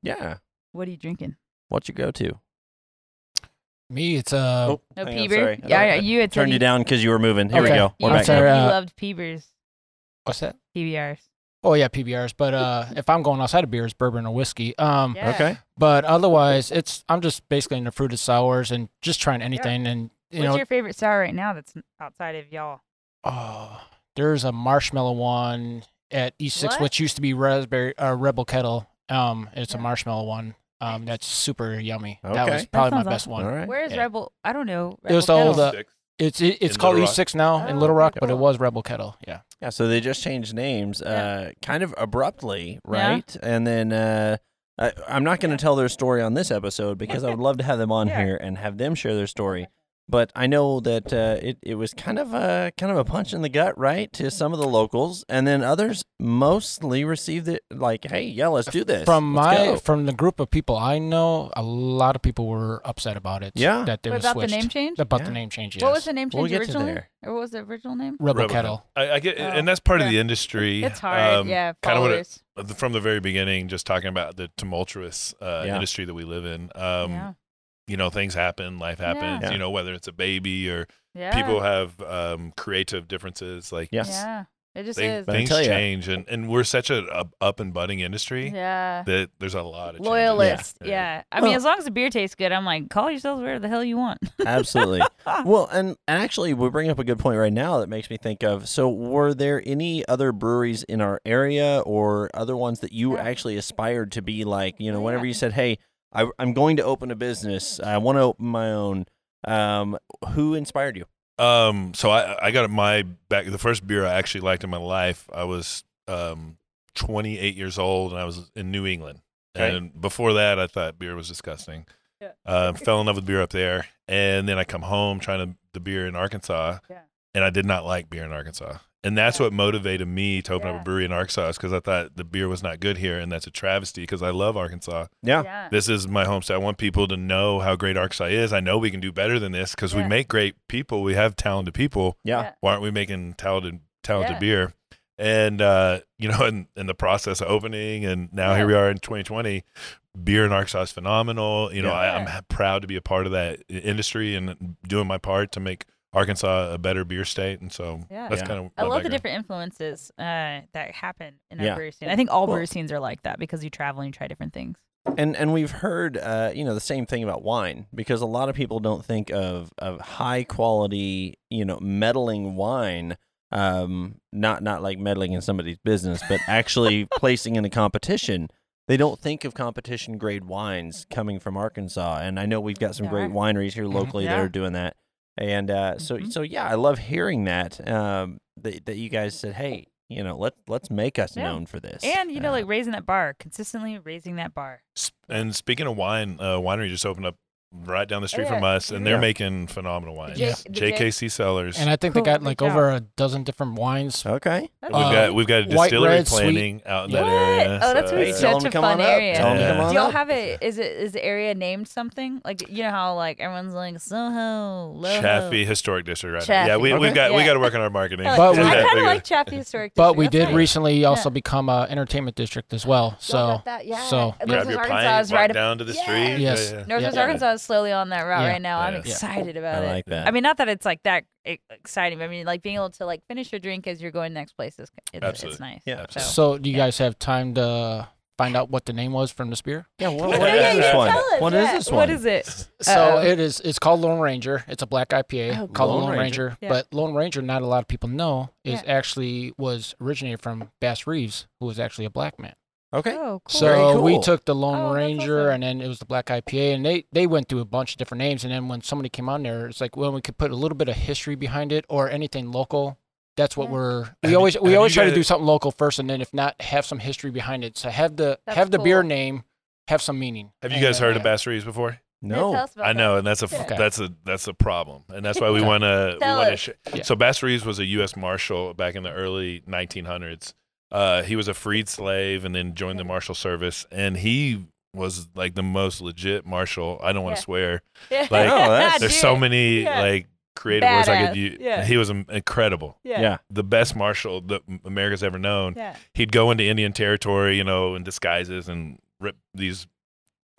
S1: Yeah,
S2: what are you drinking?
S1: what you go to?
S4: Me, it's uh,
S2: No
S1: Hang on,
S2: pea beer.
S1: Oh, sorry. I
S2: Yeah,
S1: thought
S2: yeah.
S1: I
S2: You had said
S1: Turned you down because you were moving. Here we
S4: Okay.
S1: go.
S2: You
S1: We're
S4: I'm
S1: back.
S2: said
S4: sorry.
S2: you
S4: uh,
S2: loved pea beers,
S4: what's that?
S2: PBRs.
S4: Oh yeah, PBRs. But uh, if I'm going outside of beer, it's bourbon or whiskey. Um,
S2: Yeah.
S1: Okay.
S4: but otherwise, it's I'm just basically into fruited sours and just trying anything. And you
S2: What's
S4: know,
S2: your favorite sour right now? That's outside of y'all.
S4: oh, there's a marshmallow one at E6,
S2: What?
S4: which used to be Raspberry uh, Rebel Kettle. Um, it's a
S2: Yeah.
S4: marshmallow one. Um, that's super yummy. That
S1: Okay.
S4: was
S1: That
S4: probably my
S2: sounds
S4: best
S1: All
S4: one.
S1: right.
S2: Where is
S4: Yeah.
S2: Rebel? I don't know.
S4: It was
S2: Rebel
S4: the old,
S2: Kettle.
S4: uh, It's it, it's
S3: In
S4: called
S3: Little Rock?
S4: E6 now
S2: Oh,
S4: in Little
S2: okay,
S4: Rock, but it
S2: cool.
S4: was Rebel Kettle. Yeah.
S1: Yeah, so they just changed names, uh, kind of abruptly,
S2: Yeah.
S1: right? And then uh, I, I'm not going to tell their story on this episode because I would love to have them on
S2: Yeah.
S1: here and have them share their story. But I know that uh, it it was kind of a kind of a punch in the gut, right, to some of the locals, and then others mostly received it like, "Hey, yeah, let's do this."
S4: From
S1: Let's
S4: my
S1: go."
S4: from the group of people I know, a lot of people were upset about it.
S1: Yeah.
S4: That they
S2: What
S4: were
S2: about
S4: switched.
S2: the name change?
S4: About
S1: Yeah.
S4: the name change. Yes.
S2: What was the name change
S1: We'll get to
S2: originally?
S1: there.
S2: Or what was the original name?
S4: Rebel,
S3: Rebel
S4: Kettle?
S3: I, I get,
S2: Oh,
S3: and that's part of
S2: yeah.
S3: the industry.
S2: It's hard.
S3: Um,
S2: yeah.
S3: kind of what it, uh,
S2: Followers.
S3: from the very beginning, just talking about the tumultuous uh,
S1: Yeah.
S3: industry that we live in. Um,
S2: yeah.
S3: You know, things happen, life happens.
S1: Yeah.
S3: You know, whether it's a baby or
S2: Yeah.
S3: people have um, creative differences, like
S1: Yeah.
S2: Yeah. It just
S3: thing-
S2: is.
S1: But I
S3: things
S1: tell ya-
S3: change, and, and we're such a, a up and budding industry
S2: Yeah.
S3: that there's a lot of
S2: Loyalist. Yeah.
S3: changes.
S2: I mean,
S1: Well-
S2: as long as the beer tastes good, I'm like, call yourselves whatever the hell you want.
S1: Absolutely. well, and and actually, we bring up a good point right now that makes me think of. So, were there any other breweries in our area or other ones that you
S2: Yeah. Oh,
S1: actually aspired to be like? You know,
S2: Yeah.
S1: whenever you said, "Hey, I, I'm going to open a business. I want to open my own." Um, who inspired you?
S3: Um, so I I got my back the first beer I actually liked in my life. I was um 28 years old and I was in New England.
S1: Okay.
S3: And before that, I thought beer was disgusting.
S2: Yeah.
S3: Uh, fell in love with beer up there, and then I come home trying to the beer in Arkansas,
S2: Yeah.
S3: and I did not like beer in Arkansas. And that's
S2: Yeah.
S3: what motivated me to open up
S2: Yeah.
S3: a brewery in Arkansas because I thought the beer was not good here, and that's a travesty because I love Arkansas
S1: Yeah.
S2: yeah.
S3: this is my home state. I want people to know how great Arkansas is. I know we can do better than this because we
S2: Yeah.
S3: make great people. We have talented people.
S1: Yeah.
S2: Yeah.
S3: Why aren't we making talented talented
S2: Yeah.
S3: beer? And uh, you know, in, in the process of opening, and now here we are in 2020. Beer in Arkansas is phenomenal. You know, I, I'm h- proud to be a part of that i- industry and doing my part to make Arkansas a better beer state. And so
S2: Yeah.
S3: that's
S1: Yeah.
S3: kind of
S2: I
S3: my
S2: love the
S3: background.
S2: different influences uh, that happen in our
S1: Yeah.
S2: brew scene. I think all
S1: Well-
S2: brew scenes are like that because you travel and you try different things.
S1: And and we've heard uh, you know the same thing about wine because a lot of people don't think of of high quality you know meddling wine um not not like meddling in somebody's business but actually placing in a competition they don't think of competition grade wines coming from Arkansas and I know we've got some great
S2: Yeah.
S1: wineries here locally that
S2: Mm-hmm. Yeah.
S1: are doing that and uh, so
S2: Mhm.
S1: so yeah I love hearing that um that, that you guys said hey you know let let's make us
S2: Yeah.
S1: known for this
S2: And, you know,
S1: Uh,
S2: like raising that bar, consistently raising that bar.
S3: S- And speaking of wine, uh, winery just opened up right down the street
S2: Oh, Yeah.
S3: from us, and they're
S1: Yeah.
S3: making phenomenal wines.
S4: J-
S2: the J-
S3: JKC Cellars.
S4: And I think
S2: Cool,
S4: they got
S2: good
S4: like
S2: job.
S4: over a dozen different wines.
S1: Okay.
S3: we've
S4: uh,
S3: got we've got a
S4: white,
S3: distillery
S4: red, sweet.
S3: planning out in that
S2: What?
S3: area.
S2: Oh, that's
S3: so-
S2: what
S1: Hey,
S2: It's
S1: tell
S2: such
S1: them
S2: a
S1: to come
S2: fun
S1: on up.
S2: area.
S1: Tell them to
S3: Yeah.
S1: come on
S2: Do y'all
S1: up.
S2: have it? Is it is the area named something? Like you know how like everyone's like Soho, Loho.
S3: Chaffee Historic District, right? now. Yeah,
S2: Chaffee.
S3: we
S1: Okay.
S3: we've got we
S2: Yeah.
S3: got to work on our marketing.
S2: I,
S4: But
S2: like,
S4: we-
S2: I kind
S3: We
S2: of
S3: got-
S2: like Chaffee Historic.
S4: But we
S2: District.
S4: did
S2: That's nice.
S4: recently also become a entertainment district as well.
S2: Y'all
S4: So
S2: got that. Yeah.
S4: so-
S2: And
S3: grab
S2: Northwest
S3: your
S2: Arkansas
S3: pint,
S2: is
S3: walk
S2: right.
S3: down to the
S2: Yeah.
S3: street.
S4: Yes.
S3: Yeah, yeah.
S2: Northwest
S4: Yeah.
S2: Arkansas is slowly on that route
S4: Yeah.
S2: right now. I'm
S3: Yeah.
S2: excited about
S1: I
S2: it.
S1: like that.
S2: I mean, not that it's like that e- exciting. but I mean, like being able to like finish your drink as you're going next place is it's, it's
S3: Absolutely.
S2: nice.
S1: Yeah,
S3: absolutely.
S4: so do you guys have time to find out what the name was from this beer?
S1: yeah, what,
S2: Yeah,
S1: what
S2: yeah,
S1: is
S2: yeah,
S1: this one?
S2: tell us
S1: What is
S2: that.
S1: this one?
S2: What is it? Oh,
S4: So
S2: Uh-oh.
S4: it is. It's called Lone Ranger. It's a black IPA
S2: Uh, Oh,
S4: called
S1: Lone
S4: Lone
S1: Ranger.
S4: Ranger.
S2: Yeah.
S4: But Lone Ranger, not a lot of people know, is
S2: Yeah.
S4: actually was originated from Bass Reeves, who was actually a black man.
S1: Okay.
S2: Oh, cool.
S4: So
S1: Very
S4: we
S1: cool.
S4: took the Lone
S2: Oh, that's
S4: Ranger,
S2: awesome.
S4: and then it was the Black IPA, and they they went through a bunch of different names, and then when somebody came on there, it's like, well, we could put a little bit of history behind it or anything local. That's what
S2: Yeah.
S4: we're
S3: Have
S4: we
S3: you-
S4: always
S3: have
S4: we
S3: you
S4: always try to
S3: guys-
S4: do something local first, and then if not, have some history behind it. So have the
S2: That's
S4: have the beer
S2: cool. uh,
S4: name, have some meaning.
S3: Have you guys
S4: And-
S3: heard of Bass Reeves before?
S1: No.
S2: Tell us about
S3: I
S2: that.
S3: know, and that's a f-
S4: Okay.
S3: that's a that's a problem, and that's why we
S4: Okay.
S3: want to we
S2: Tell
S3: want to.
S2: us.
S3: Sh-
S4: Yeah.
S3: So Bass Reeves was a U.S. Marshal back in the early 1900s. Uh, he was a freed slave and then joined the Marshal Service, and he was like the most legit marshal. I don't want to
S2: Yeah.
S3: swear.
S2: Yeah.
S3: Like,
S1: No, that's-
S3: There's
S2: Dude.
S3: so many
S2: Yeah.
S3: like creative words I could
S2: Badass.
S3: use.
S2: Yeah.
S3: He was um, incredible,
S2: Yeah.
S1: Yeah.
S3: the best marshal that M- America's ever known.
S2: Yeah.
S3: He'd go into Indian territory, you know, in disguises and rip these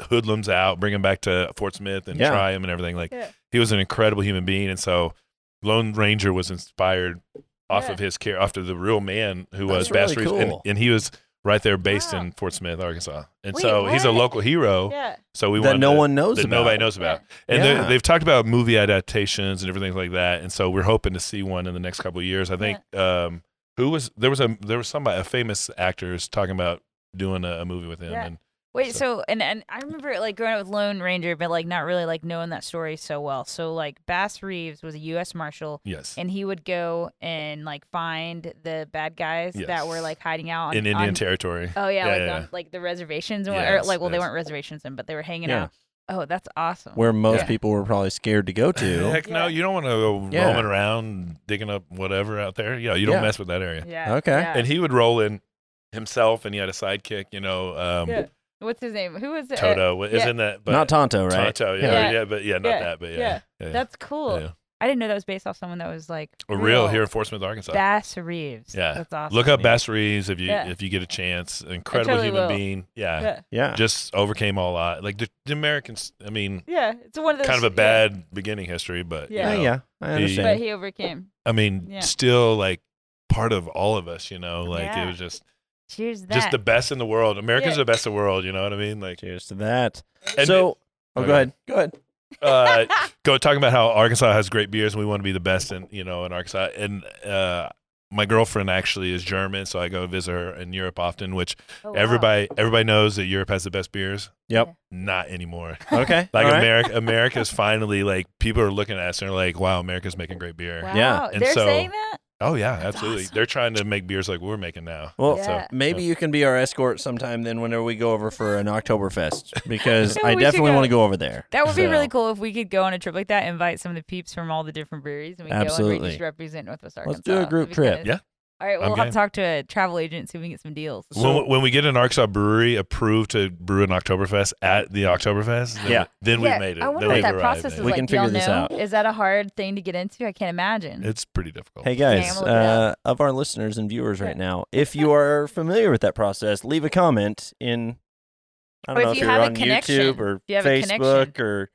S3: hoodlums out, bring them back to Fort Smith and
S1: Yeah.
S3: try them and everything. Like
S2: Yeah.
S3: he was an incredible human being, and so Lone Ranger was inspired off
S2: Yeah.
S3: of his care, after the real man who
S1: That's
S3: was
S1: really
S3: Bass Reeves,
S1: cool.
S3: and, and he was right there based
S2: Wow.
S3: in Fort Smith, Arkansas, and
S2: Wait,
S3: so he's a
S2: what?
S3: local hero.
S2: Yeah.
S3: So we
S1: that
S3: wanted
S1: no
S3: to-
S1: one knows
S3: that
S1: about.
S3: nobody knows about. And
S1: Yeah.
S3: they they've talked about movie adaptations and everything like that. And so we're hoping to see one in the next couple of years. I think um, who was there was a there was somebody a famous actor is talking about doing a, a movie with him.
S2: Yeah.
S3: And
S2: Wait,
S3: So-
S2: so, and and I remember like growing up with Lone Ranger, but like not really like knowing that story so well. So like Bass Reeves was a U.S. Marshal,
S3: yes,
S2: and he would go and like find the bad guys that were
S3: Yes.
S2: like hiding out on,
S3: in Indian
S2: on-
S3: territory.
S2: Oh yeah,
S3: Yeah,
S2: like
S3: yeah,
S2: on
S3: yeah.
S2: like the reservations, and what- or
S3: Yes,
S2: like well they
S3: yes.
S2: weren't reservations, then, but they were hanging
S1: Yeah.
S2: out. Oh, that's awesome.
S1: Where most
S2: Yeah.
S1: people were probably scared to go to.
S3: Heck no, you don't want to go
S1: Yeah.
S3: roaming around digging up whatever out there. Yeah, you don't
S1: Yeah.
S3: mess with that area.
S2: yeah.
S1: Okay.
S2: yeah.
S3: And he would roll in himself, and he had a sidekick. You know, um,
S2: Yeah. What's his name? Who was it?
S3: Toto is
S2: yeah.
S3: in that, but
S1: Not Tonto, right?
S3: Tonto, yeah,
S2: Yeah.
S3: yeah, but yeah, not
S2: Yeah.
S3: that, but yeah,
S2: Yeah.
S3: yeah.
S2: That's cool.
S3: Yeah.
S2: I didn't know that was based off someone that was like
S3: A real here in Fort Smith, Arkansas.
S2: Bass Reeves.
S3: Yeah.
S2: that's awesome.
S3: Look up Bass Reeves if you
S2: Yeah.
S3: if you get a chance. Incredible
S2: totally
S3: human
S2: will.
S3: being. Yeah.
S2: Yeah,
S1: Yeah.
S3: Just overcame all lot. Like the, the Americans, I mean,
S2: yeah. It's one of those
S3: kind of a
S2: yeah.
S3: bad beginning history, but you
S2: Yeah.
S1: Yeah,
S3: know,
S1: yeah. I
S3: He-
S1: understand.
S2: but he overcame.
S3: I mean,
S2: Yeah.
S3: still like part of all of us, you know, like
S2: Yeah.
S3: it was just
S2: Cheers to that.
S3: just the best in the world. Americans
S2: Yeah.
S3: are the best in the world, you know what I mean? Like
S1: Cheers to that.
S3: and
S1: so, oh,
S3: Okay.
S1: go ahead. Go ahead.
S3: uh, go talking about how Arkansas has great beers and we want to be the best in you know in Arkansas and uh my girlfriend actually is German, so I go visit her in Europe often, which
S2: Oh, wow.
S3: everybody everybody knows that Europe has the best beers.
S1: Yep.
S3: Not anymore.
S1: Okay.
S3: Like
S1: All right.
S3: America, America's finally like people are looking at us and they're like, "Wow, America's making great beer."
S2: Wow.
S1: Yeah.
S3: And
S2: They're
S3: so-
S2: saying that.
S3: Oh yeah,
S2: That's
S3: absolutely.
S2: awesome.
S3: They're trying to make beers like we're making now.
S1: Well,
S3: And so-
S2: Yeah.
S1: Maybe you can be our escort sometime then whenever we go over for an Oktoberfest because
S2: Yeah,
S1: I
S2: we should
S1: definitely
S2: go.
S1: want to go over there.
S2: That would be
S1: So,
S2: really cool if we could go on a trip like that, invite some of the peeps from all the different breweries, and we go and
S1: Absolutely.
S2: we just represent Northwest Arkansas.
S1: Let's do a group
S2: That'd be
S1: trip.
S2: kinda-
S3: Yeah.
S2: All right. We'll
S3: I'm
S2: have
S3: game.
S2: to talk to a travel agent see if we can get some deals.
S3: when, when we get an Arkansas brewery approved to brew an Oktoberfest at the Oktoberfest, then,
S1: Yeah.
S3: then
S2: Yeah,
S3: we've made it.
S2: I wonder
S3: Then
S2: what
S3: we've
S2: that
S3: arrived
S2: process
S3: at
S2: is
S3: it.
S1: We
S2: like.
S1: can
S2: Do y'all
S1: figure this
S2: know?
S1: out.
S2: Is that a hard thing to get into? I can't imagine.
S3: It's pretty difficult.
S1: Hey guys,
S2: I'm gonna look it
S1: uh,
S2: up.
S1: of our listeners and viewers right
S2: Yeah.
S1: now, if you are familiar with that process, leave a comment in. I don't
S2: Or
S1: know
S2: if
S1: if,
S2: you
S1: are
S2: have a
S1: on YouTube
S2: connection.
S1: or
S2: If you have a
S1: Facebook
S2: connection.
S1: or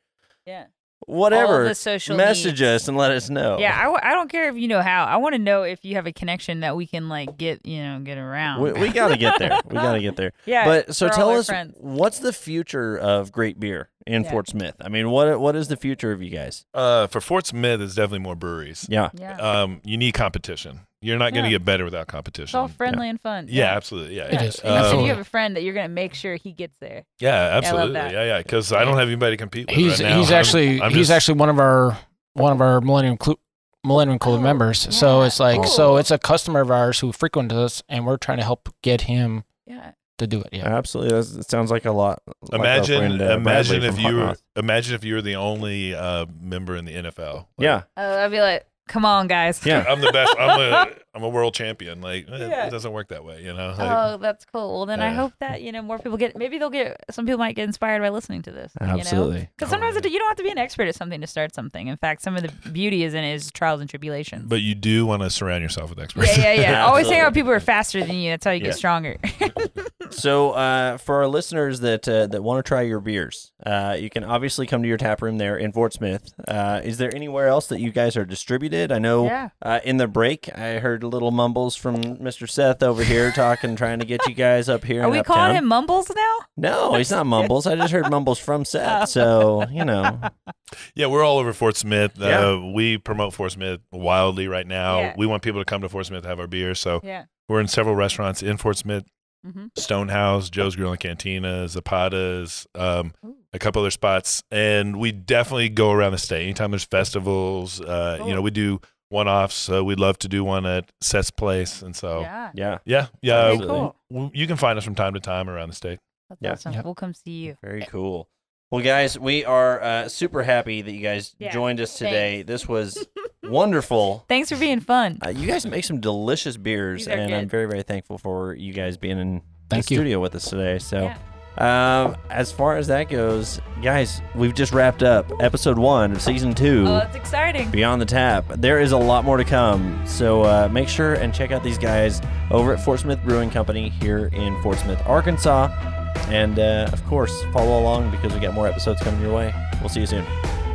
S2: Yeah. All
S1: whatever,
S2: the social
S1: message
S2: needs.
S1: us and let us
S3: Oh.
S1: know.
S2: Yeah, I, w- I don't care if you know how. I want to know if you have a connection that we can like get you know get around.
S1: we, we got to get there. We got to get there.
S2: yeah,
S1: but so
S2: for all
S1: tell
S2: our
S1: us,
S2: friends.
S1: what's the future of great beer in
S2: Yeah.
S1: Fort Smith? I mean, what what is the future of you guys?
S3: Uh, for Fort Smith, it's definitely more breweries.
S1: Yeah,
S2: Yeah,
S3: Um, you need competition. You're not going to
S2: Yeah.
S3: get better without
S2: it's
S3: competition.
S2: all friendly and fun.
S3: Yeah, absolutely. Yeah,
S4: It
S3: yeah.
S4: is.
S2: If
S3: Um,
S4: It is. Absolutely.
S2: you have a friend that you're gonna make sure he gets there.
S3: yeah,
S2: I love
S3: absolutely.
S2: that.
S3: Yeah, yeah. Because I don't have anybody to compete with
S4: He's
S3: right now.
S4: he's
S3: I'm-
S4: actually
S3: I'm
S4: he's
S3: just-
S4: actually one of our one of our Millennium Club Millennium Club
S2: Oh,
S4: members. So
S2: yeah.
S4: it's like
S2: Cool.
S4: so it's a customer of ours who frequents us, and we're trying to help get him
S2: Yeah,
S4: to do it. Yeah.
S1: Absolutely. That's, it sounds like a lot. like our
S3: Imagine,
S1: friend, uh, Bradley
S3: imagine if
S1: from
S3: you were,
S1: Hotmouth.
S3: imagine if you were the only uh, member in the NFL. Like,
S1: Yeah.
S2: Oh, I'd be like, come on, guys.
S1: Yeah.
S3: I'm the best. I'm a, I'm a world champion. Like, eh,
S2: Yeah.
S3: it doesn't work that way, you know. Like,
S2: Oh, that's cool. Well, then I
S3: Uh,
S2: hope that you know more people get. Maybe they'll get. Some people might get inspired by listening to this.
S1: Absolutely.
S2: Because sometimes it, you don't have to be an expert at something to start something. In fact, some of the beauty is in is trials and tribulations.
S3: But you do want to surround yourself with experts.
S2: yeah, yeah, yeah. Always hang
S1: Absolutely.
S2: out with people who are faster than you. That's how you
S1: Yeah.
S2: get stronger.
S1: So, uh, for our listeners that uh, that want to try your beers, uh, you can obviously come to your tap room there in Fort Smith. Uh, is there anywhere else that you guys are distributed? I know
S2: Yeah.
S1: uh, in the break I heard little mumbles from Mr. Seth over here talking, trying to get you guys up here.
S2: Are
S1: in
S2: we
S1: Uptown.
S2: calling him Mumbles now?
S1: No, he's not mumbles. I just heard mumbles from Seth. So you know,
S3: Yeah, we're all over Fort Smith. Uh,
S1: Yeah.
S3: We promote Fort Smith wildly right now.
S2: Yeah.
S3: We want people to come to Fort Smith to have our beer. So
S2: Yeah.
S3: we're in several restaurants in Fort Smith
S2: Mhm.
S3: Stonehouse, Joe's Grill and Cantina, Zapata's, um,
S2: Ooh.
S3: a couple other spots. And we definitely go around the state. Anytime there's festivals, uh, you know,
S2: Cool.
S3: we do one offs. Uh, we'd love to do one at Seth's Place. And so, yeah,
S2: Yeah.
S1: Oh. yeah,
S3: yeah.
S2: Very
S1: Absolutely.
S2: cool.
S3: w- you can find us from time to time around the state.
S2: That's
S1: Yeah.
S2: awesome.
S4: Yeah.
S2: We'll come see you.
S1: very cool. Well, guys, we are uh, super happy that you guys
S2: Yeah,
S1: joined us today. This was wonderful.
S2: Thanks for being fun.
S1: Uh, you guys make some delicious beers,
S2: These are
S1: and I'm
S2: good.
S1: very, very thankful for you guys being in
S4: Thank
S1: the
S4: you.
S1: studio with us today. So, um, as far as that goes, guys, we've just wrapped up episode one of season two,
S2: Oh, that's exciting.
S1: Beyond the Tap. There is a lot more to come, so uh, make sure and check out these guys over at Fort Smith Brewing Company here in Fort Smith, Arkansas. And uh, of course, follow along because we got more episodes coming your way. We'll see you soon.